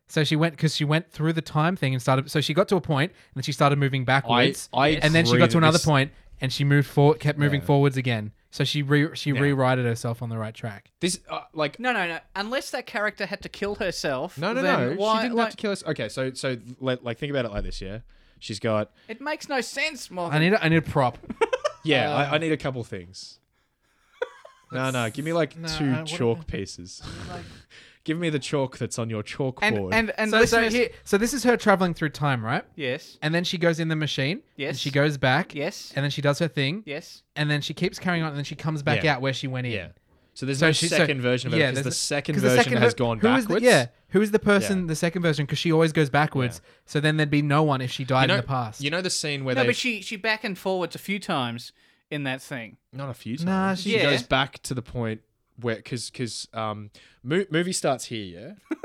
Speaker 1: So she went because she went through the time thing and started. So she got to a point and then she started moving backwards.
Speaker 2: I
Speaker 1: and then she
Speaker 2: agree
Speaker 1: got to
Speaker 2: that
Speaker 1: another
Speaker 2: this-
Speaker 1: point and she moved forward, kept moving
Speaker 2: Yeah.
Speaker 1: forwards again. So she re- she
Speaker 2: Yeah.
Speaker 1: rewrited herself on the right track.
Speaker 2: This uh, like
Speaker 3: No, no, no. Unless that character had to kill herself.
Speaker 2: No, no,
Speaker 3: then
Speaker 2: no.
Speaker 3: Why,
Speaker 2: she didn't
Speaker 3: like,
Speaker 2: have to kill us. Okay, so so let, like think about it like this. Yeah, she's got.
Speaker 3: It makes no sense,
Speaker 1: I
Speaker 3: Morgan.
Speaker 1: need a, I need a prop.
Speaker 2: Yeah, I, I need a couple things. no, no. Give me like
Speaker 1: No,
Speaker 2: two
Speaker 1: I wouldn't-
Speaker 2: chalk pieces. give me the chalk that's on your chalkboard.
Speaker 3: And and and
Speaker 1: so, so,
Speaker 3: listeners,
Speaker 1: here, so this is her traveling through time, right?
Speaker 3: yes,
Speaker 1: And then she goes in the machine.
Speaker 3: Yes.
Speaker 1: And she goes back.
Speaker 3: yes,
Speaker 1: And then she does her thing.
Speaker 3: yes.
Speaker 1: And then she keeps carrying on. And then she comes back
Speaker 2: Yeah.
Speaker 1: out where she went in.
Speaker 2: yeah. So there's
Speaker 1: So
Speaker 2: no
Speaker 1: she- so-
Speaker 2: second version of it
Speaker 1: yeah,
Speaker 2: because
Speaker 1: there's
Speaker 2: the
Speaker 1: no-
Speaker 2: second
Speaker 1: 'Cause the
Speaker 2: version
Speaker 1: second
Speaker 2: has
Speaker 1: ver-
Speaker 2: gone
Speaker 1: who is the-
Speaker 2: backwards.
Speaker 1: yeah. Who is the person, the second version? Because she always goes backwards. So then there'd be no one if she died
Speaker 2: You know,
Speaker 1: in the past.
Speaker 2: you know the scene where
Speaker 3: No,
Speaker 2: they
Speaker 3: but she she back and forwards a few times in that thing.
Speaker 2: not a few times.
Speaker 1: Nah,
Speaker 2: she
Speaker 3: Yeah.
Speaker 2: goes back to the point where because because um mo- movie starts here. Yeah.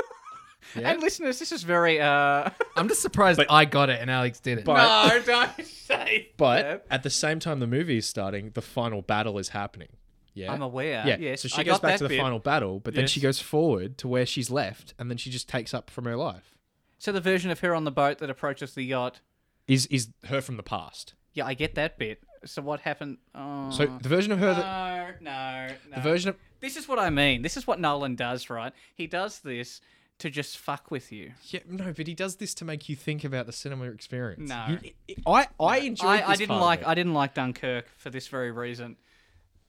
Speaker 2: Yeah.
Speaker 3: And listeners, this is very uh.
Speaker 1: I'm just surprised
Speaker 2: But-
Speaker 1: I got it and Alex did it.
Speaker 2: But-
Speaker 3: no, don't say.
Speaker 2: But
Speaker 3: that.
Speaker 2: at the same time, the movie is starting. The final battle is happening. Yeah,
Speaker 3: I'm aware.
Speaker 2: Yeah.
Speaker 3: Yes,
Speaker 2: so
Speaker 3: I
Speaker 2: she goes
Speaker 3: got
Speaker 2: back
Speaker 3: that
Speaker 2: to the
Speaker 3: bit.
Speaker 2: final battle, but then
Speaker 3: Yes.
Speaker 2: she goes forward to where she's left, and then she just takes up from her life.
Speaker 3: So the version of her on the boat that approaches the yacht.
Speaker 2: Is is her from the past?
Speaker 3: Yeah, I get that bit. So what happened? Oh,
Speaker 2: So the version of her that
Speaker 3: no, no, no.
Speaker 2: the version of
Speaker 3: This is what I mean. This is what Nolan does, right? He does this to just fuck with you.
Speaker 2: yeah, no, but he does this to make you think about the cinema experience.
Speaker 3: No.
Speaker 2: You- I I enjoyed.
Speaker 3: I,
Speaker 2: this
Speaker 3: I didn't
Speaker 2: part of
Speaker 3: like
Speaker 2: it
Speaker 3: I didn't like Dunkirk for this very reason.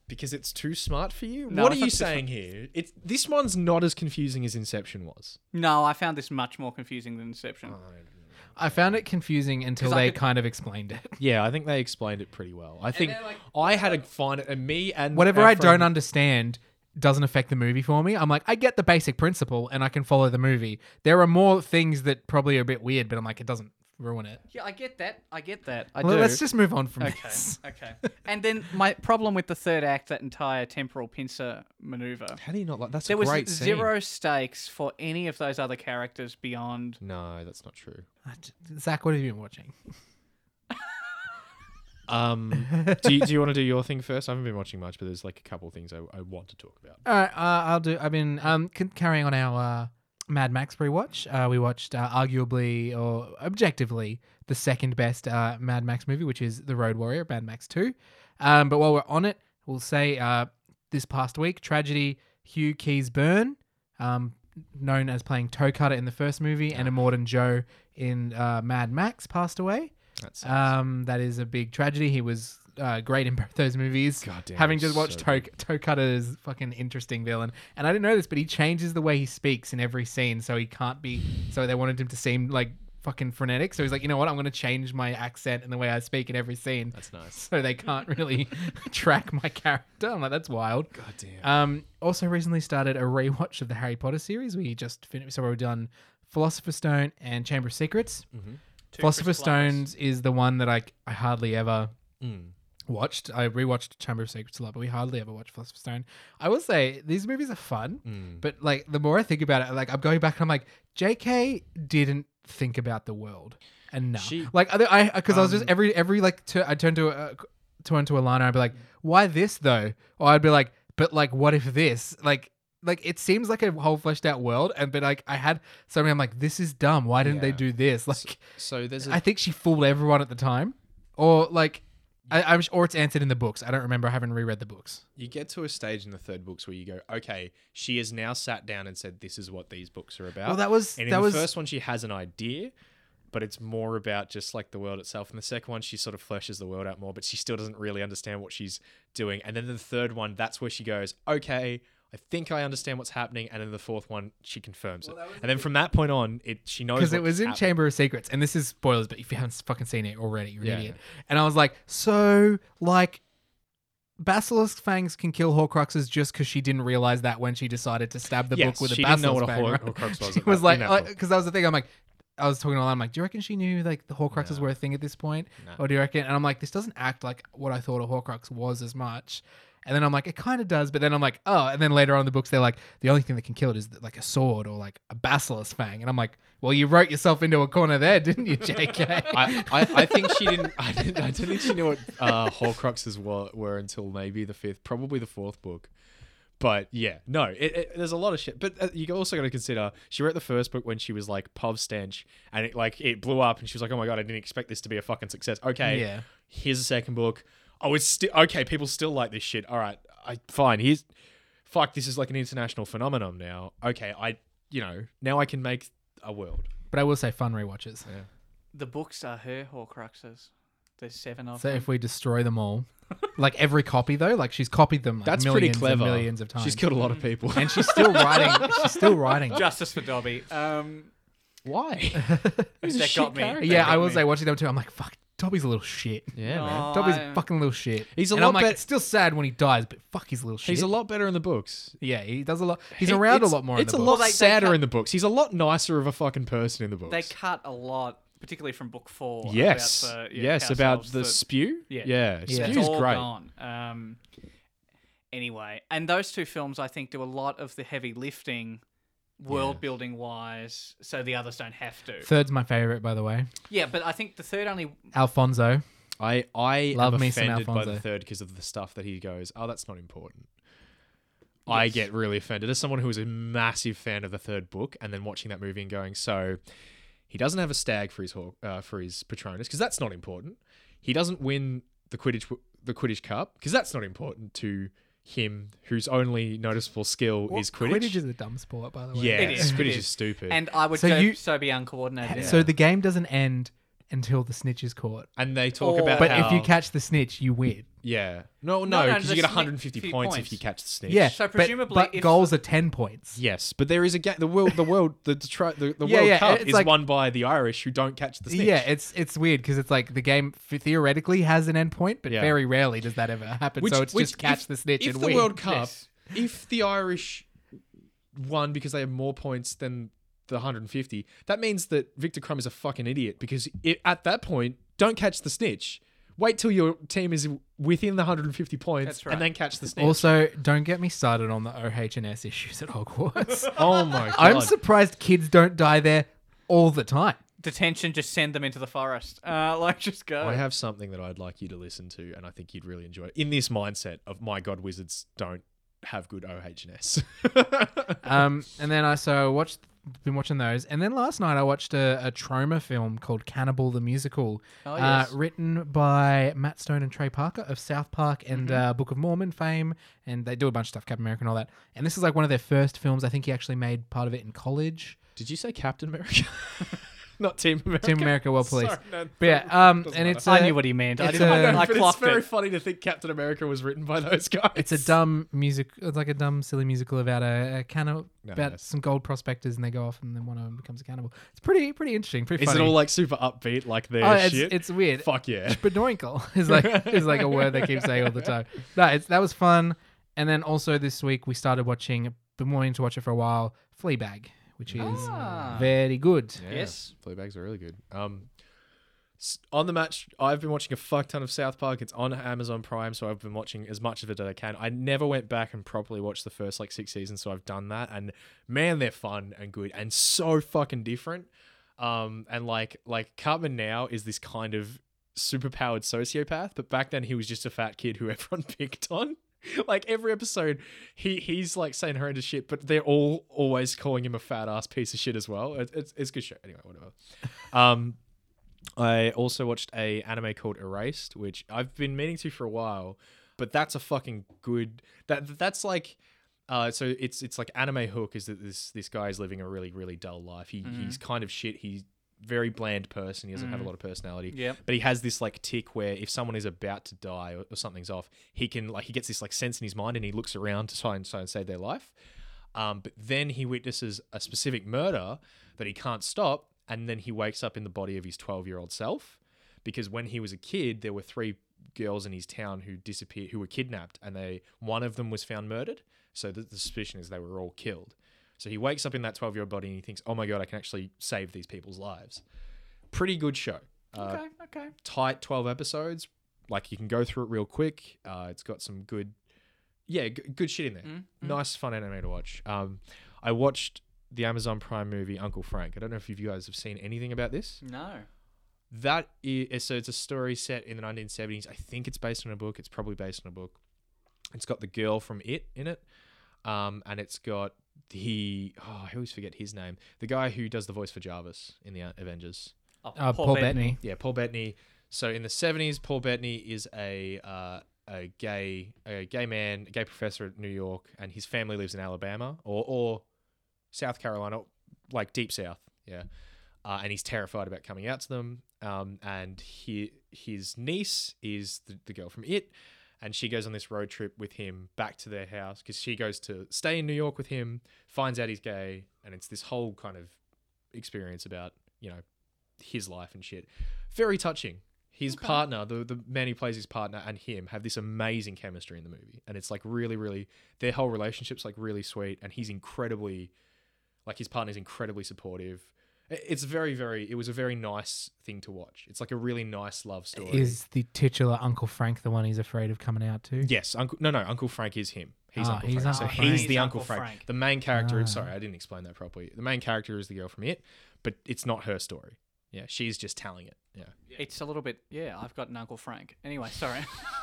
Speaker 2: because it's too smart for you.
Speaker 3: No,
Speaker 2: what
Speaker 3: I
Speaker 2: are
Speaker 3: thought
Speaker 2: you
Speaker 3: this one-
Speaker 2: saying here? It's this one's not as confusing as Inception was.
Speaker 3: No, I found this much more confusing than Inception.
Speaker 1: I found it confusing until
Speaker 3: 'Cause I
Speaker 1: they
Speaker 3: could-
Speaker 1: kind of explained it.
Speaker 2: Yeah, I think they explained it pretty well. I think
Speaker 3: they're like-
Speaker 2: I had a fine and me and
Speaker 1: Whatever I
Speaker 2: Efren-
Speaker 1: don't understand doesn't affect the movie for me. I'm like, I get the basic principle and I can follow the movie. There are more things that probably are a bit weird, but I'm like, it doesn't ruin it.
Speaker 3: Yeah, I get that. I get that. I
Speaker 1: Well,
Speaker 3: do.
Speaker 1: let's just move on from
Speaker 3: okay.
Speaker 1: this.
Speaker 3: Okay. And then my problem with the third act, that entire temporal pincer maneuver.
Speaker 2: How do you not like? That's
Speaker 3: There
Speaker 2: a
Speaker 3: was
Speaker 2: great scene.
Speaker 3: zero stakes for any of those other characters beyond.
Speaker 2: No, that's not true.
Speaker 1: Zach, what have you been watching?
Speaker 2: Um, do you, do you want to do your thing first? I haven't been watching much, but there's like a couple of things I, I want to talk about.
Speaker 1: All right, uh, I'll do. I've been um, c- carrying on our uh, Mad Max rewatch. Uh, we watched uh, arguably or objectively the second best uh, Mad Max movie, which is The Road Warrior, Mad Max 2. Um, but while we're on it, we'll say uh, this past week, tragedy Hugh Keys Byrne, um, known as playing Toe Cutter in the first movie, and Immortan Joe in uh, Mad Max, passed away.
Speaker 2: That's
Speaker 1: Um, that is a big tragedy. He was uh, great in both those movies.
Speaker 2: God damn,
Speaker 1: Having
Speaker 2: he's
Speaker 1: just watched
Speaker 2: so
Speaker 1: Toe, Toe Cutter's fucking interesting villain, and I didn't know this, but he changes the way he speaks in every scene, so he can't be. So they wanted him to seem like fucking frenetic. So he's like, you know what? I'm going to change my accent and the way I speak in every scene,
Speaker 2: that's nice.
Speaker 1: so they can't really track my character. I'm like, that's wild.
Speaker 2: God damn.
Speaker 1: Um, also recently started a rewatch of the Harry Potter series. We just finished, so we've done Philosopher's Stone and Chamber of Secrets. Philosopher's Stones is the one that I I hardly ever
Speaker 2: Mm.
Speaker 1: watched. I rewatched Chamber of Secrets a lot, but we hardly ever watched Philosopher's Stone. I will say these movies are fun,
Speaker 2: Mm.
Speaker 1: but like the more I think about it, like I'm going back and I'm like, J.K. didn't think about the world enough.
Speaker 2: She-
Speaker 1: like I because I was just
Speaker 2: Um,
Speaker 1: every every like tu- I turned to uh, turn to Alana, I'd be
Speaker 2: Mm.
Speaker 1: like, why this though? Or I'd be like, but like what if this like. Like it seems like a whole fleshed out world, and but like I had so many. I'm like, this is dumb. Why didn't they
Speaker 2: Yeah.
Speaker 1: do this? Like,
Speaker 2: So there's a
Speaker 1: I think she fooled everyone at the time, or like, I, I'm or it's answered in the books. I don't remember. I haven't reread the books.
Speaker 2: you get to a stage in the third books where you go, okay, she has now sat down and said, this is what these books are about.
Speaker 1: Well, that was
Speaker 2: and in
Speaker 1: that
Speaker 2: the
Speaker 1: was
Speaker 2: first one, she has an idea, but it's more about just like the world itself. And the second one, she sort of fleshes the world out more, but she still doesn't really understand what she's doing. And then the third one, that's where she goes, okay, I think I understand what's happening. And then the fourth one, she confirms it. And then from that point on, it she knows
Speaker 1: because it
Speaker 2: what's
Speaker 1: was in
Speaker 2: happening.
Speaker 1: Chamber of Secrets, and this is spoilers. But if you haven't fucking seen it already, you're an
Speaker 2: Yeah.
Speaker 1: idiot. And I was like, so like, Basilisk fangs can kill Horcruxes just because she didn't realize that when she decided to stab the book
Speaker 2: Yes,
Speaker 1: with
Speaker 2: she
Speaker 1: a
Speaker 2: didn't know
Speaker 1: basilisk
Speaker 2: what a
Speaker 1: fang.
Speaker 2: Hor-
Speaker 1: right?
Speaker 2: Horcrux was
Speaker 1: she
Speaker 2: at
Speaker 1: was
Speaker 2: that-
Speaker 1: like, "Oh,
Speaker 2: in that book.
Speaker 1: because that was the thing. I'm like, I was talking to I'm like, do you reckon she knew like the Horcruxes
Speaker 2: No.
Speaker 1: were a thing at this point,
Speaker 2: No.
Speaker 1: or do you reckon? And I'm like, this doesn't act like what I thought a Horcrux was as much. And then I'm like, it kind of does, but then I'm like, oh. And then later on in the books, they're like, the only thing that can kill it is like a sword or like a basilisk fang. And I'm like, well, you wrote yourself into a corner there, didn't you, J.K.?
Speaker 2: I, I, I think she didn't. I didn't. I don't think she knew what uh, Horcruxes were, were until maybe the fifth, probably the fourth book. But yeah, no, it, it, there's a lot of shit. But uh, you also got to consider she wrote the first book when she was like pub stench, and it like it blew up, and she was like, oh my god, I didn't expect this to be a fucking success. Okay,
Speaker 1: Yeah.
Speaker 2: Here's the second book. Oh, it's still okay. People still like this shit. All right, I fine. Here's fuck. This is like an international phenomenon now. Okay, I you know now I can make a world.
Speaker 1: but I will say, fun rewatches.
Speaker 3: The books are her Horcruxes. There's seven of
Speaker 1: So
Speaker 3: them.
Speaker 1: if we destroy them all, like every copy though, like she's copied them. Like
Speaker 2: That's pretty
Speaker 1: millions
Speaker 2: clever.
Speaker 1: And millions of times.
Speaker 2: She's killed a lot of people.
Speaker 1: and she's still writing. She's still writing.
Speaker 3: Justice for Dobby. Um,
Speaker 2: Why?
Speaker 3: that got me.
Speaker 1: yeah, I
Speaker 3: got
Speaker 1: was
Speaker 3: me.
Speaker 1: like watching them too. I'm like, fuck, Dobby's a little shit.
Speaker 2: Yeah, man.
Speaker 3: Oh,
Speaker 1: Dobby's
Speaker 3: I-
Speaker 1: a fucking little shit.
Speaker 2: He's a
Speaker 1: and
Speaker 2: lot
Speaker 1: I'm like,
Speaker 2: bet-
Speaker 1: it's still sad when he dies, but fuck, he's a little shit.
Speaker 2: He's a lot better in the books.
Speaker 1: yeah, he does a lot. He's
Speaker 2: He-
Speaker 1: around a
Speaker 2: it's-
Speaker 1: lot more.
Speaker 2: It's
Speaker 1: in the
Speaker 2: a
Speaker 1: book.
Speaker 2: lot
Speaker 3: Well, they- they
Speaker 2: sadder
Speaker 3: cut-
Speaker 2: in the books. He's a lot nicer of a fucking person in the books.
Speaker 3: They cut a lot, particularly from book four. about
Speaker 2: yes,
Speaker 3: the, yeah,
Speaker 2: yes, about
Speaker 3: ourselves
Speaker 2: the
Speaker 3: that-
Speaker 2: spew.
Speaker 3: Yeah.
Speaker 2: yeah,
Speaker 1: Yeah.
Speaker 3: It's
Speaker 2: spew's
Speaker 3: all
Speaker 2: great.
Speaker 3: gone. Um, anyway, and those two films, I think, do a lot of the heavy lifting, world building wise, so the others don't have to.
Speaker 1: Third's my favorite, by the way.
Speaker 3: yeah, but I think the third only.
Speaker 1: Alfonso.
Speaker 2: I I
Speaker 1: Love
Speaker 2: am
Speaker 1: me some
Speaker 2: offended by the
Speaker 1: Alfonso.
Speaker 2: third because of the stuff that he goes. Oh, that's not important. I get really offended as someone who is a massive fan of the third book, and then watching that movie and going, so he doesn't have a stag for his hawk, uh, for his Patronus because that's not important. He doesn't win the Quidditch the Quidditch Cup because that's not important to him, whose only noticeable skill is Quidditch.
Speaker 1: Quidditch is a dumb sport, by the way.
Speaker 2: yeah,
Speaker 3: It is, it
Speaker 2: Quidditch is.
Speaker 3: is.
Speaker 2: stupid. And,
Speaker 3: And I would
Speaker 1: So
Speaker 3: go
Speaker 1: you-
Speaker 3: so be uncoordinated.
Speaker 1: So the game doesn't end until the snitch is caught.
Speaker 2: they talk
Speaker 3: Oh.
Speaker 2: about
Speaker 1: But
Speaker 2: how,
Speaker 1: if you catch the snitch, you win.
Speaker 2: yeah, no,
Speaker 3: No,
Speaker 2: no,
Speaker 3: no,
Speaker 2: because
Speaker 3: the
Speaker 2: you get
Speaker 3: sni-
Speaker 2: 150
Speaker 3: few
Speaker 2: points,
Speaker 3: points.
Speaker 2: if you catch the snitch.
Speaker 1: Yeah.
Speaker 3: So
Speaker 1: but-
Speaker 3: presumably
Speaker 1: but,
Speaker 3: if-
Speaker 1: goals are ten points.
Speaker 2: Yes, but there is a ga- the world the world the the, tri- the, the
Speaker 1: Yeah,
Speaker 2: World
Speaker 1: yeah,
Speaker 2: Cup
Speaker 1: it's
Speaker 2: is
Speaker 1: like-
Speaker 2: won by the Irish who don't catch the snitch.
Speaker 1: Yeah, it's it's weird because it's like the game f- theoretically has an end point, but
Speaker 2: Yeah.
Speaker 1: very rarely does that ever happen. so it's just catch
Speaker 2: if-
Speaker 1: the snitch
Speaker 2: If
Speaker 1: and
Speaker 2: the
Speaker 1: win.
Speaker 2: World Cup,
Speaker 3: Yes.
Speaker 2: if the Irish won because they have more points than the 150, that means that Victor Crumb is a fucking idiot because i at that point, don't catch the snitch. Wait till your team is within the 150 points
Speaker 3: That's right.
Speaker 2: and then catch the snitch.
Speaker 1: Also, don't get me started on the OHS issues at Hogwarts.
Speaker 2: oh my god!
Speaker 1: I'm surprised kids don't die there all the time.
Speaker 3: detention, just send them into the forest. Uh, like, just go.
Speaker 2: I
Speaker 1: Oh.
Speaker 2: have something that I'd like you to listen to, and I think you'd really enjoy it. In this mindset of my god, wizards don't have good OHS.
Speaker 1: Um, and then I so I watched been watching those, and then last night I watched a, a trauma film called Cannibal the Musical,
Speaker 3: Oh, yes.
Speaker 1: uh, written by Matt Stone and Trey Parker of South Park and
Speaker 2: Mm-hmm.
Speaker 1: uh, Book of Mormon fame, and they do a bunch of stuff, Captain America and all that. And this is like one of their first films. I think he actually made part of it in college.
Speaker 2: Did you say Captain America? Not Team America.
Speaker 1: Team America, well pleased.
Speaker 2: Sorry, no,
Speaker 1: But yeah, uh, um,
Speaker 2: doesn't
Speaker 1: and
Speaker 2: matter.
Speaker 1: it's
Speaker 3: I
Speaker 1: a-
Speaker 3: knew what he meant. I,
Speaker 1: it's
Speaker 3: didn't,
Speaker 1: a-
Speaker 3: I
Speaker 2: I
Speaker 3: don't-
Speaker 2: know,
Speaker 3: I
Speaker 2: but it's
Speaker 3: clocked
Speaker 2: very
Speaker 3: it.
Speaker 2: funny to think Captain America was written by those guys.
Speaker 1: it's a dumb music. It's like a dumb, silly musical about a, a cannibal,
Speaker 2: No,
Speaker 1: about
Speaker 2: that's-
Speaker 1: some gold prospectors, and they go off, and then one of them becomes a cannibal. It's pretty, pretty interesting. Pretty
Speaker 2: Is
Speaker 1: funny.
Speaker 2: it all like super upbeat, like their
Speaker 1: Oh, it's,
Speaker 2: shit?
Speaker 1: it's weird.
Speaker 2: Fuck yeah.
Speaker 1: Spadoinkle is like is like a word they keep saying all the time. No, it's, that was fun. And then also this week we started watching. Been wanting to watch it for a while. Fleabag, which is
Speaker 3: Ah.
Speaker 1: very good.
Speaker 3: Yes.
Speaker 2: Playbags are really good. Um, s- on the match, I've been watching a fuck ton of South Park. It's on Amazon Prime, so I've been watching as much of it as I can. I never went back and properly watched the first like six seasons, so I've done that. And man, they're fun and good and so fucking different. Um, and like like Cartman now is this kind of superpowered sociopath, but back then he was just a fat kid who everyone picked on. Like every episode, he he's like saying horrendous shit, but they're all always calling him a fat ass piece of shit as well. It, it's it's a good show anyway, whatever. Um, I also watched a anime called Erased, which I've been meaning to for a while, but that's a fucking good that that's like uh, so it's it's like anime hook is that this this guy is living a really really dull life. He he's kind of shit. He's very bland person. He doesn't have a lot of personality.
Speaker 3: Yep.
Speaker 2: But he has this like tick where if someone is about to die or, or something's off, he can like he gets this like sense in his mind and he looks around to try and try and save their life. Um, but then he witnesses a specific murder that he can't stop, and then he wakes up in the body of his 12 year old self because when he was a kid, there were three girls in his town who disappeared, who were kidnapped, and they one of them was found murdered. So the, the suspicion is they were all killed. So he wakes up in that twelve-year-old body and he thinks, "Oh my god, I can actually save these people's lives." Pretty good show. Uh,
Speaker 3: okay, okay.
Speaker 2: tight 12 episodes. Like you can go through it real quick. Uh, it's got some good, yeah, g- good shit in there.
Speaker 3: Mm, mm.
Speaker 2: Nice, fun anime to watch. Um, I watched the Amazon Prime movie Uncle Frank. I don't know if you guys have seen anything about this.
Speaker 3: No.
Speaker 2: That is so it's a story set in the 1970s. I think it's based on a book. It's probably based on a book. It's got the girl from It in it, um, and it's got the oh, I always forget his name. The guy who does the voice for Jarvis in the Avengers.
Speaker 3: Oh,
Speaker 1: Uh, Paul, Bettany.
Speaker 2: Yeah, Paul Bettany. So in the seventies, Paul Bettany is a uh, a gay a gay man, a gay professor at New York, and his family lives in Alabama or or South Carolina, like deep south. Yeah, uh, and he's terrified about coming out to them. Um, and he his niece is the, the girl from It, and she goes on this road trip with him back to their house because she goes to stay in New York with him, finds out he's gay, and it's this whole kind of experience about you know his life and shit. Very touching. His
Speaker 3: Okay.
Speaker 2: partner, the the man who plays his partner, and him have this amazing chemistry in the movie, and it's like really, really their whole relationship's like really sweet, and he's incredibly, like his partner's incredibly supportive. I- It's very, very. It was a very nice thing to watch. It's like a really nice love story.
Speaker 1: Is the titular Uncle Frank the one he's afraid of coming out to?
Speaker 2: Yes, Uncle. No, no, Uncle Frank is him. He's
Speaker 1: Ah,
Speaker 2: Uncle
Speaker 1: he's
Speaker 2: Frank. so
Speaker 1: Uncle
Speaker 2: he's
Speaker 1: Frank.
Speaker 2: the
Speaker 3: He's Uncle
Speaker 2: Uncle Frank.
Speaker 3: Frank.
Speaker 2: The main character.
Speaker 1: Ah.
Speaker 2: Sorry, I didn't explain that properly. The main character is the girl from it, but it's not her story. Yeah, she's just telling it. Yeah.
Speaker 3: It's a little bit. Yeah, I've got an Uncle Frank. Anyway, sorry.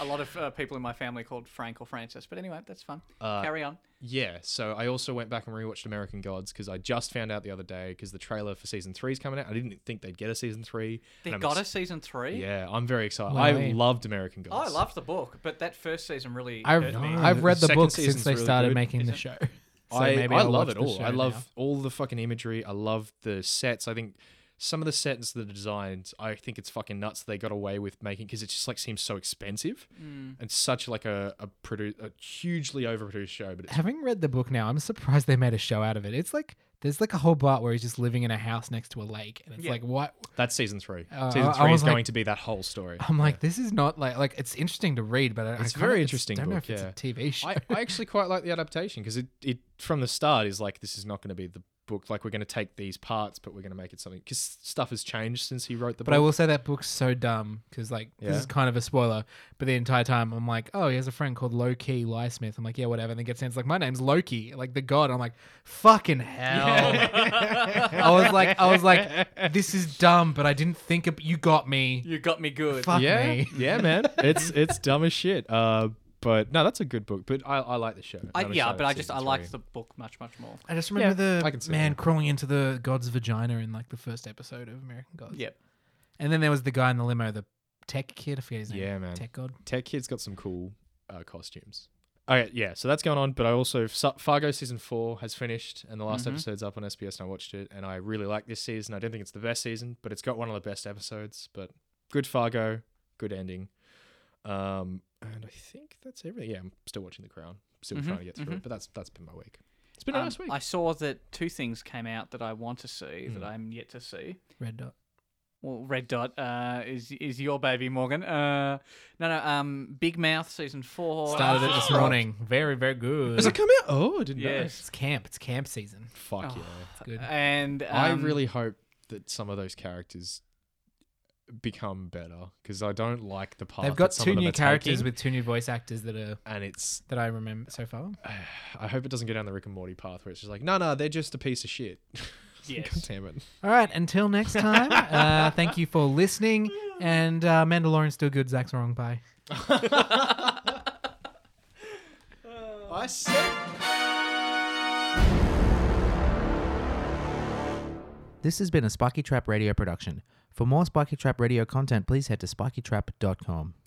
Speaker 3: a lot of uh, people in my family called Frank or Francis. But anyway, that's fun.
Speaker 2: Uh,
Speaker 3: Carry on.
Speaker 2: Yeah, so I also went back and rewatched American Gods because I just found out the other day because the trailer for season three is coming out. I didn't think they'd get a season three.
Speaker 3: They
Speaker 2: and I'm
Speaker 3: got
Speaker 2: ex-
Speaker 3: a season three.
Speaker 2: Yeah, I'm very excited.
Speaker 1: Wow.
Speaker 2: I loved American Gods.
Speaker 3: Oh, I love the book, but that first season really.
Speaker 1: I've,
Speaker 3: hurt me.
Speaker 1: I've read the
Speaker 2: Second
Speaker 1: book since
Speaker 2: season's
Speaker 1: they
Speaker 2: really
Speaker 1: started
Speaker 2: good.
Speaker 1: making the
Speaker 3: Is
Speaker 1: show.
Speaker 2: I, I
Speaker 1: I'll watch
Speaker 2: love it
Speaker 1: the
Speaker 2: all.
Speaker 1: show
Speaker 2: I love
Speaker 1: now.
Speaker 2: all the fucking imagery. I love the sets. I think some of the sets, the designs, I think it's fucking nuts they got away with making because it just like seems so expensive
Speaker 3: Mm.
Speaker 2: and such like a a, produ- a hugely overproduced show. But it's
Speaker 1: Having read the book now, I'm surprised they made a show out of it. It's like there's like a whole part where he's just living in a house next to a lake, and it's
Speaker 3: Yeah.
Speaker 1: like what?
Speaker 2: that's season three.
Speaker 1: Uh,
Speaker 2: season
Speaker 1: I- I
Speaker 2: three is
Speaker 1: was like-
Speaker 2: going to be that whole story.
Speaker 1: I'm like, this is not like like it's interesting to read, but I- I
Speaker 2: It's
Speaker 1: kinda-
Speaker 2: very
Speaker 1: it's-
Speaker 2: interesting
Speaker 1: Don't know
Speaker 2: book,
Speaker 1: if it's
Speaker 2: yeah.
Speaker 1: a TV show.
Speaker 2: I, I actually quite like the adaptation because it, it from the start is like this is not going to be the book like we're going to take these parts but we're going to make it something because stuff has changed since he wrote the
Speaker 1: But
Speaker 2: book.
Speaker 1: I will say that book's so dumb because like
Speaker 2: Yeah.
Speaker 1: this is kind of a spoiler. But the entire time I'm like, oh, he has a friend called Low Key Lysmith. I'm like, yeah, whatever. And then gets in, it's like, my name's Loki, like the god. I'm like, fucking hell. I was like, I was like, this is dumb. But I didn't think ab- you got me.
Speaker 3: You got me good.
Speaker 1: Fuck
Speaker 2: yeah,
Speaker 1: me.
Speaker 2: yeah, man, it's it's dumb as shit. Uh, but no, that's a good book. But I, I like the show.
Speaker 3: I,
Speaker 2: I'm
Speaker 3: yeah,
Speaker 2: excited
Speaker 3: but
Speaker 2: for
Speaker 3: I just I
Speaker 2: season
Speaker 3: liked
Speaker 2: three.
Speaker 3: the book much much more.
Speaker 1: I just remember
Speaker 2: I can
Speaker 1: the
Speaker 2: see
Speaker 1: man
Speaker 2: that.
Speaker 1: crawling into the god's vagina in like the first episode of American Gods.
Speaker 3: Yep.
Speaker 1: And then there was the guy in the limo, the tech kid. I forget his name.
Speaker 2: Yeah, man.
Speaker 1: Tech god.
Speaker 2: Tech Kid's got some cool uh, costumes. Okay, yeah, so that's going on. But I also Su- Fargo season four has finished, and the last
Speaker 3: Mhm.
Speaker 2: episode's up on SBS, and I watched it, and I really like this season. I don't think it's the best season, but it's got one of the best episodes. But good Fargo, good ending. Um, and I think that's everything. Yeah, I'm still watching The Crown, still
Speaker 3: Mhm,
Speaker 2: trying to get through
Speaker 3: mhm.
Speaker 2: it, but that's that's been my week. It's been a
Speaker 3: Um,
Speaker 2: nice week.
Speaker 3: I saw that two things came out that I want to see that
Speaker 2: Mm.
Speaker 3: I'm yet to see.
Speaker 1: Red dot.
Speaker 3: Well, Red Dot uh, is is your baby, Morgan. Uh, no, no. Um, Big Mouth season four
Speaker 1: Started it this morning. Very, very good.
Speaker 2: Has it come out? Oh, I didn't know.
Speaker 3: Yes.
Speaker 1: It's camp. It's camp season.
Speaker 2: Fuck
Speaker 3: Oh.
Speaker 2: yeah.
Speaker 1: Good.
Speaker 3: and
Speaker 2: I
Speaker 3: um,
Speaker 2: really hope that some of those characters become better because I don't like the part.
Speaker 1: They've got
Speaker 2: that some
Speaker 1: two
Speaker 2: of them
Speaker 1: new
Speaker 2: are
Speaker 1: characters
Speaker 2: taking,
Speaker 1: with two new voice actors that are
Speaker 2: and it's.
Speaker 1: that I remember so far.
Speaker 2: I hope it doesn't go down the Rick and Morty path where it's just like, no, no, they're just a piece of shit. God
Speaker 3: yes.
Speaker 2: damn it.
Speaker 1: All right. Until next time. uh, thank you for listening. And uh, Mandalorian's still good. Zach's wrong. Bye.
Speaker 2: I said.
Speaker 1: This has been a Spiky Trap Radio production. For more Spiky Trap Radio content, please head to spikytrap.com.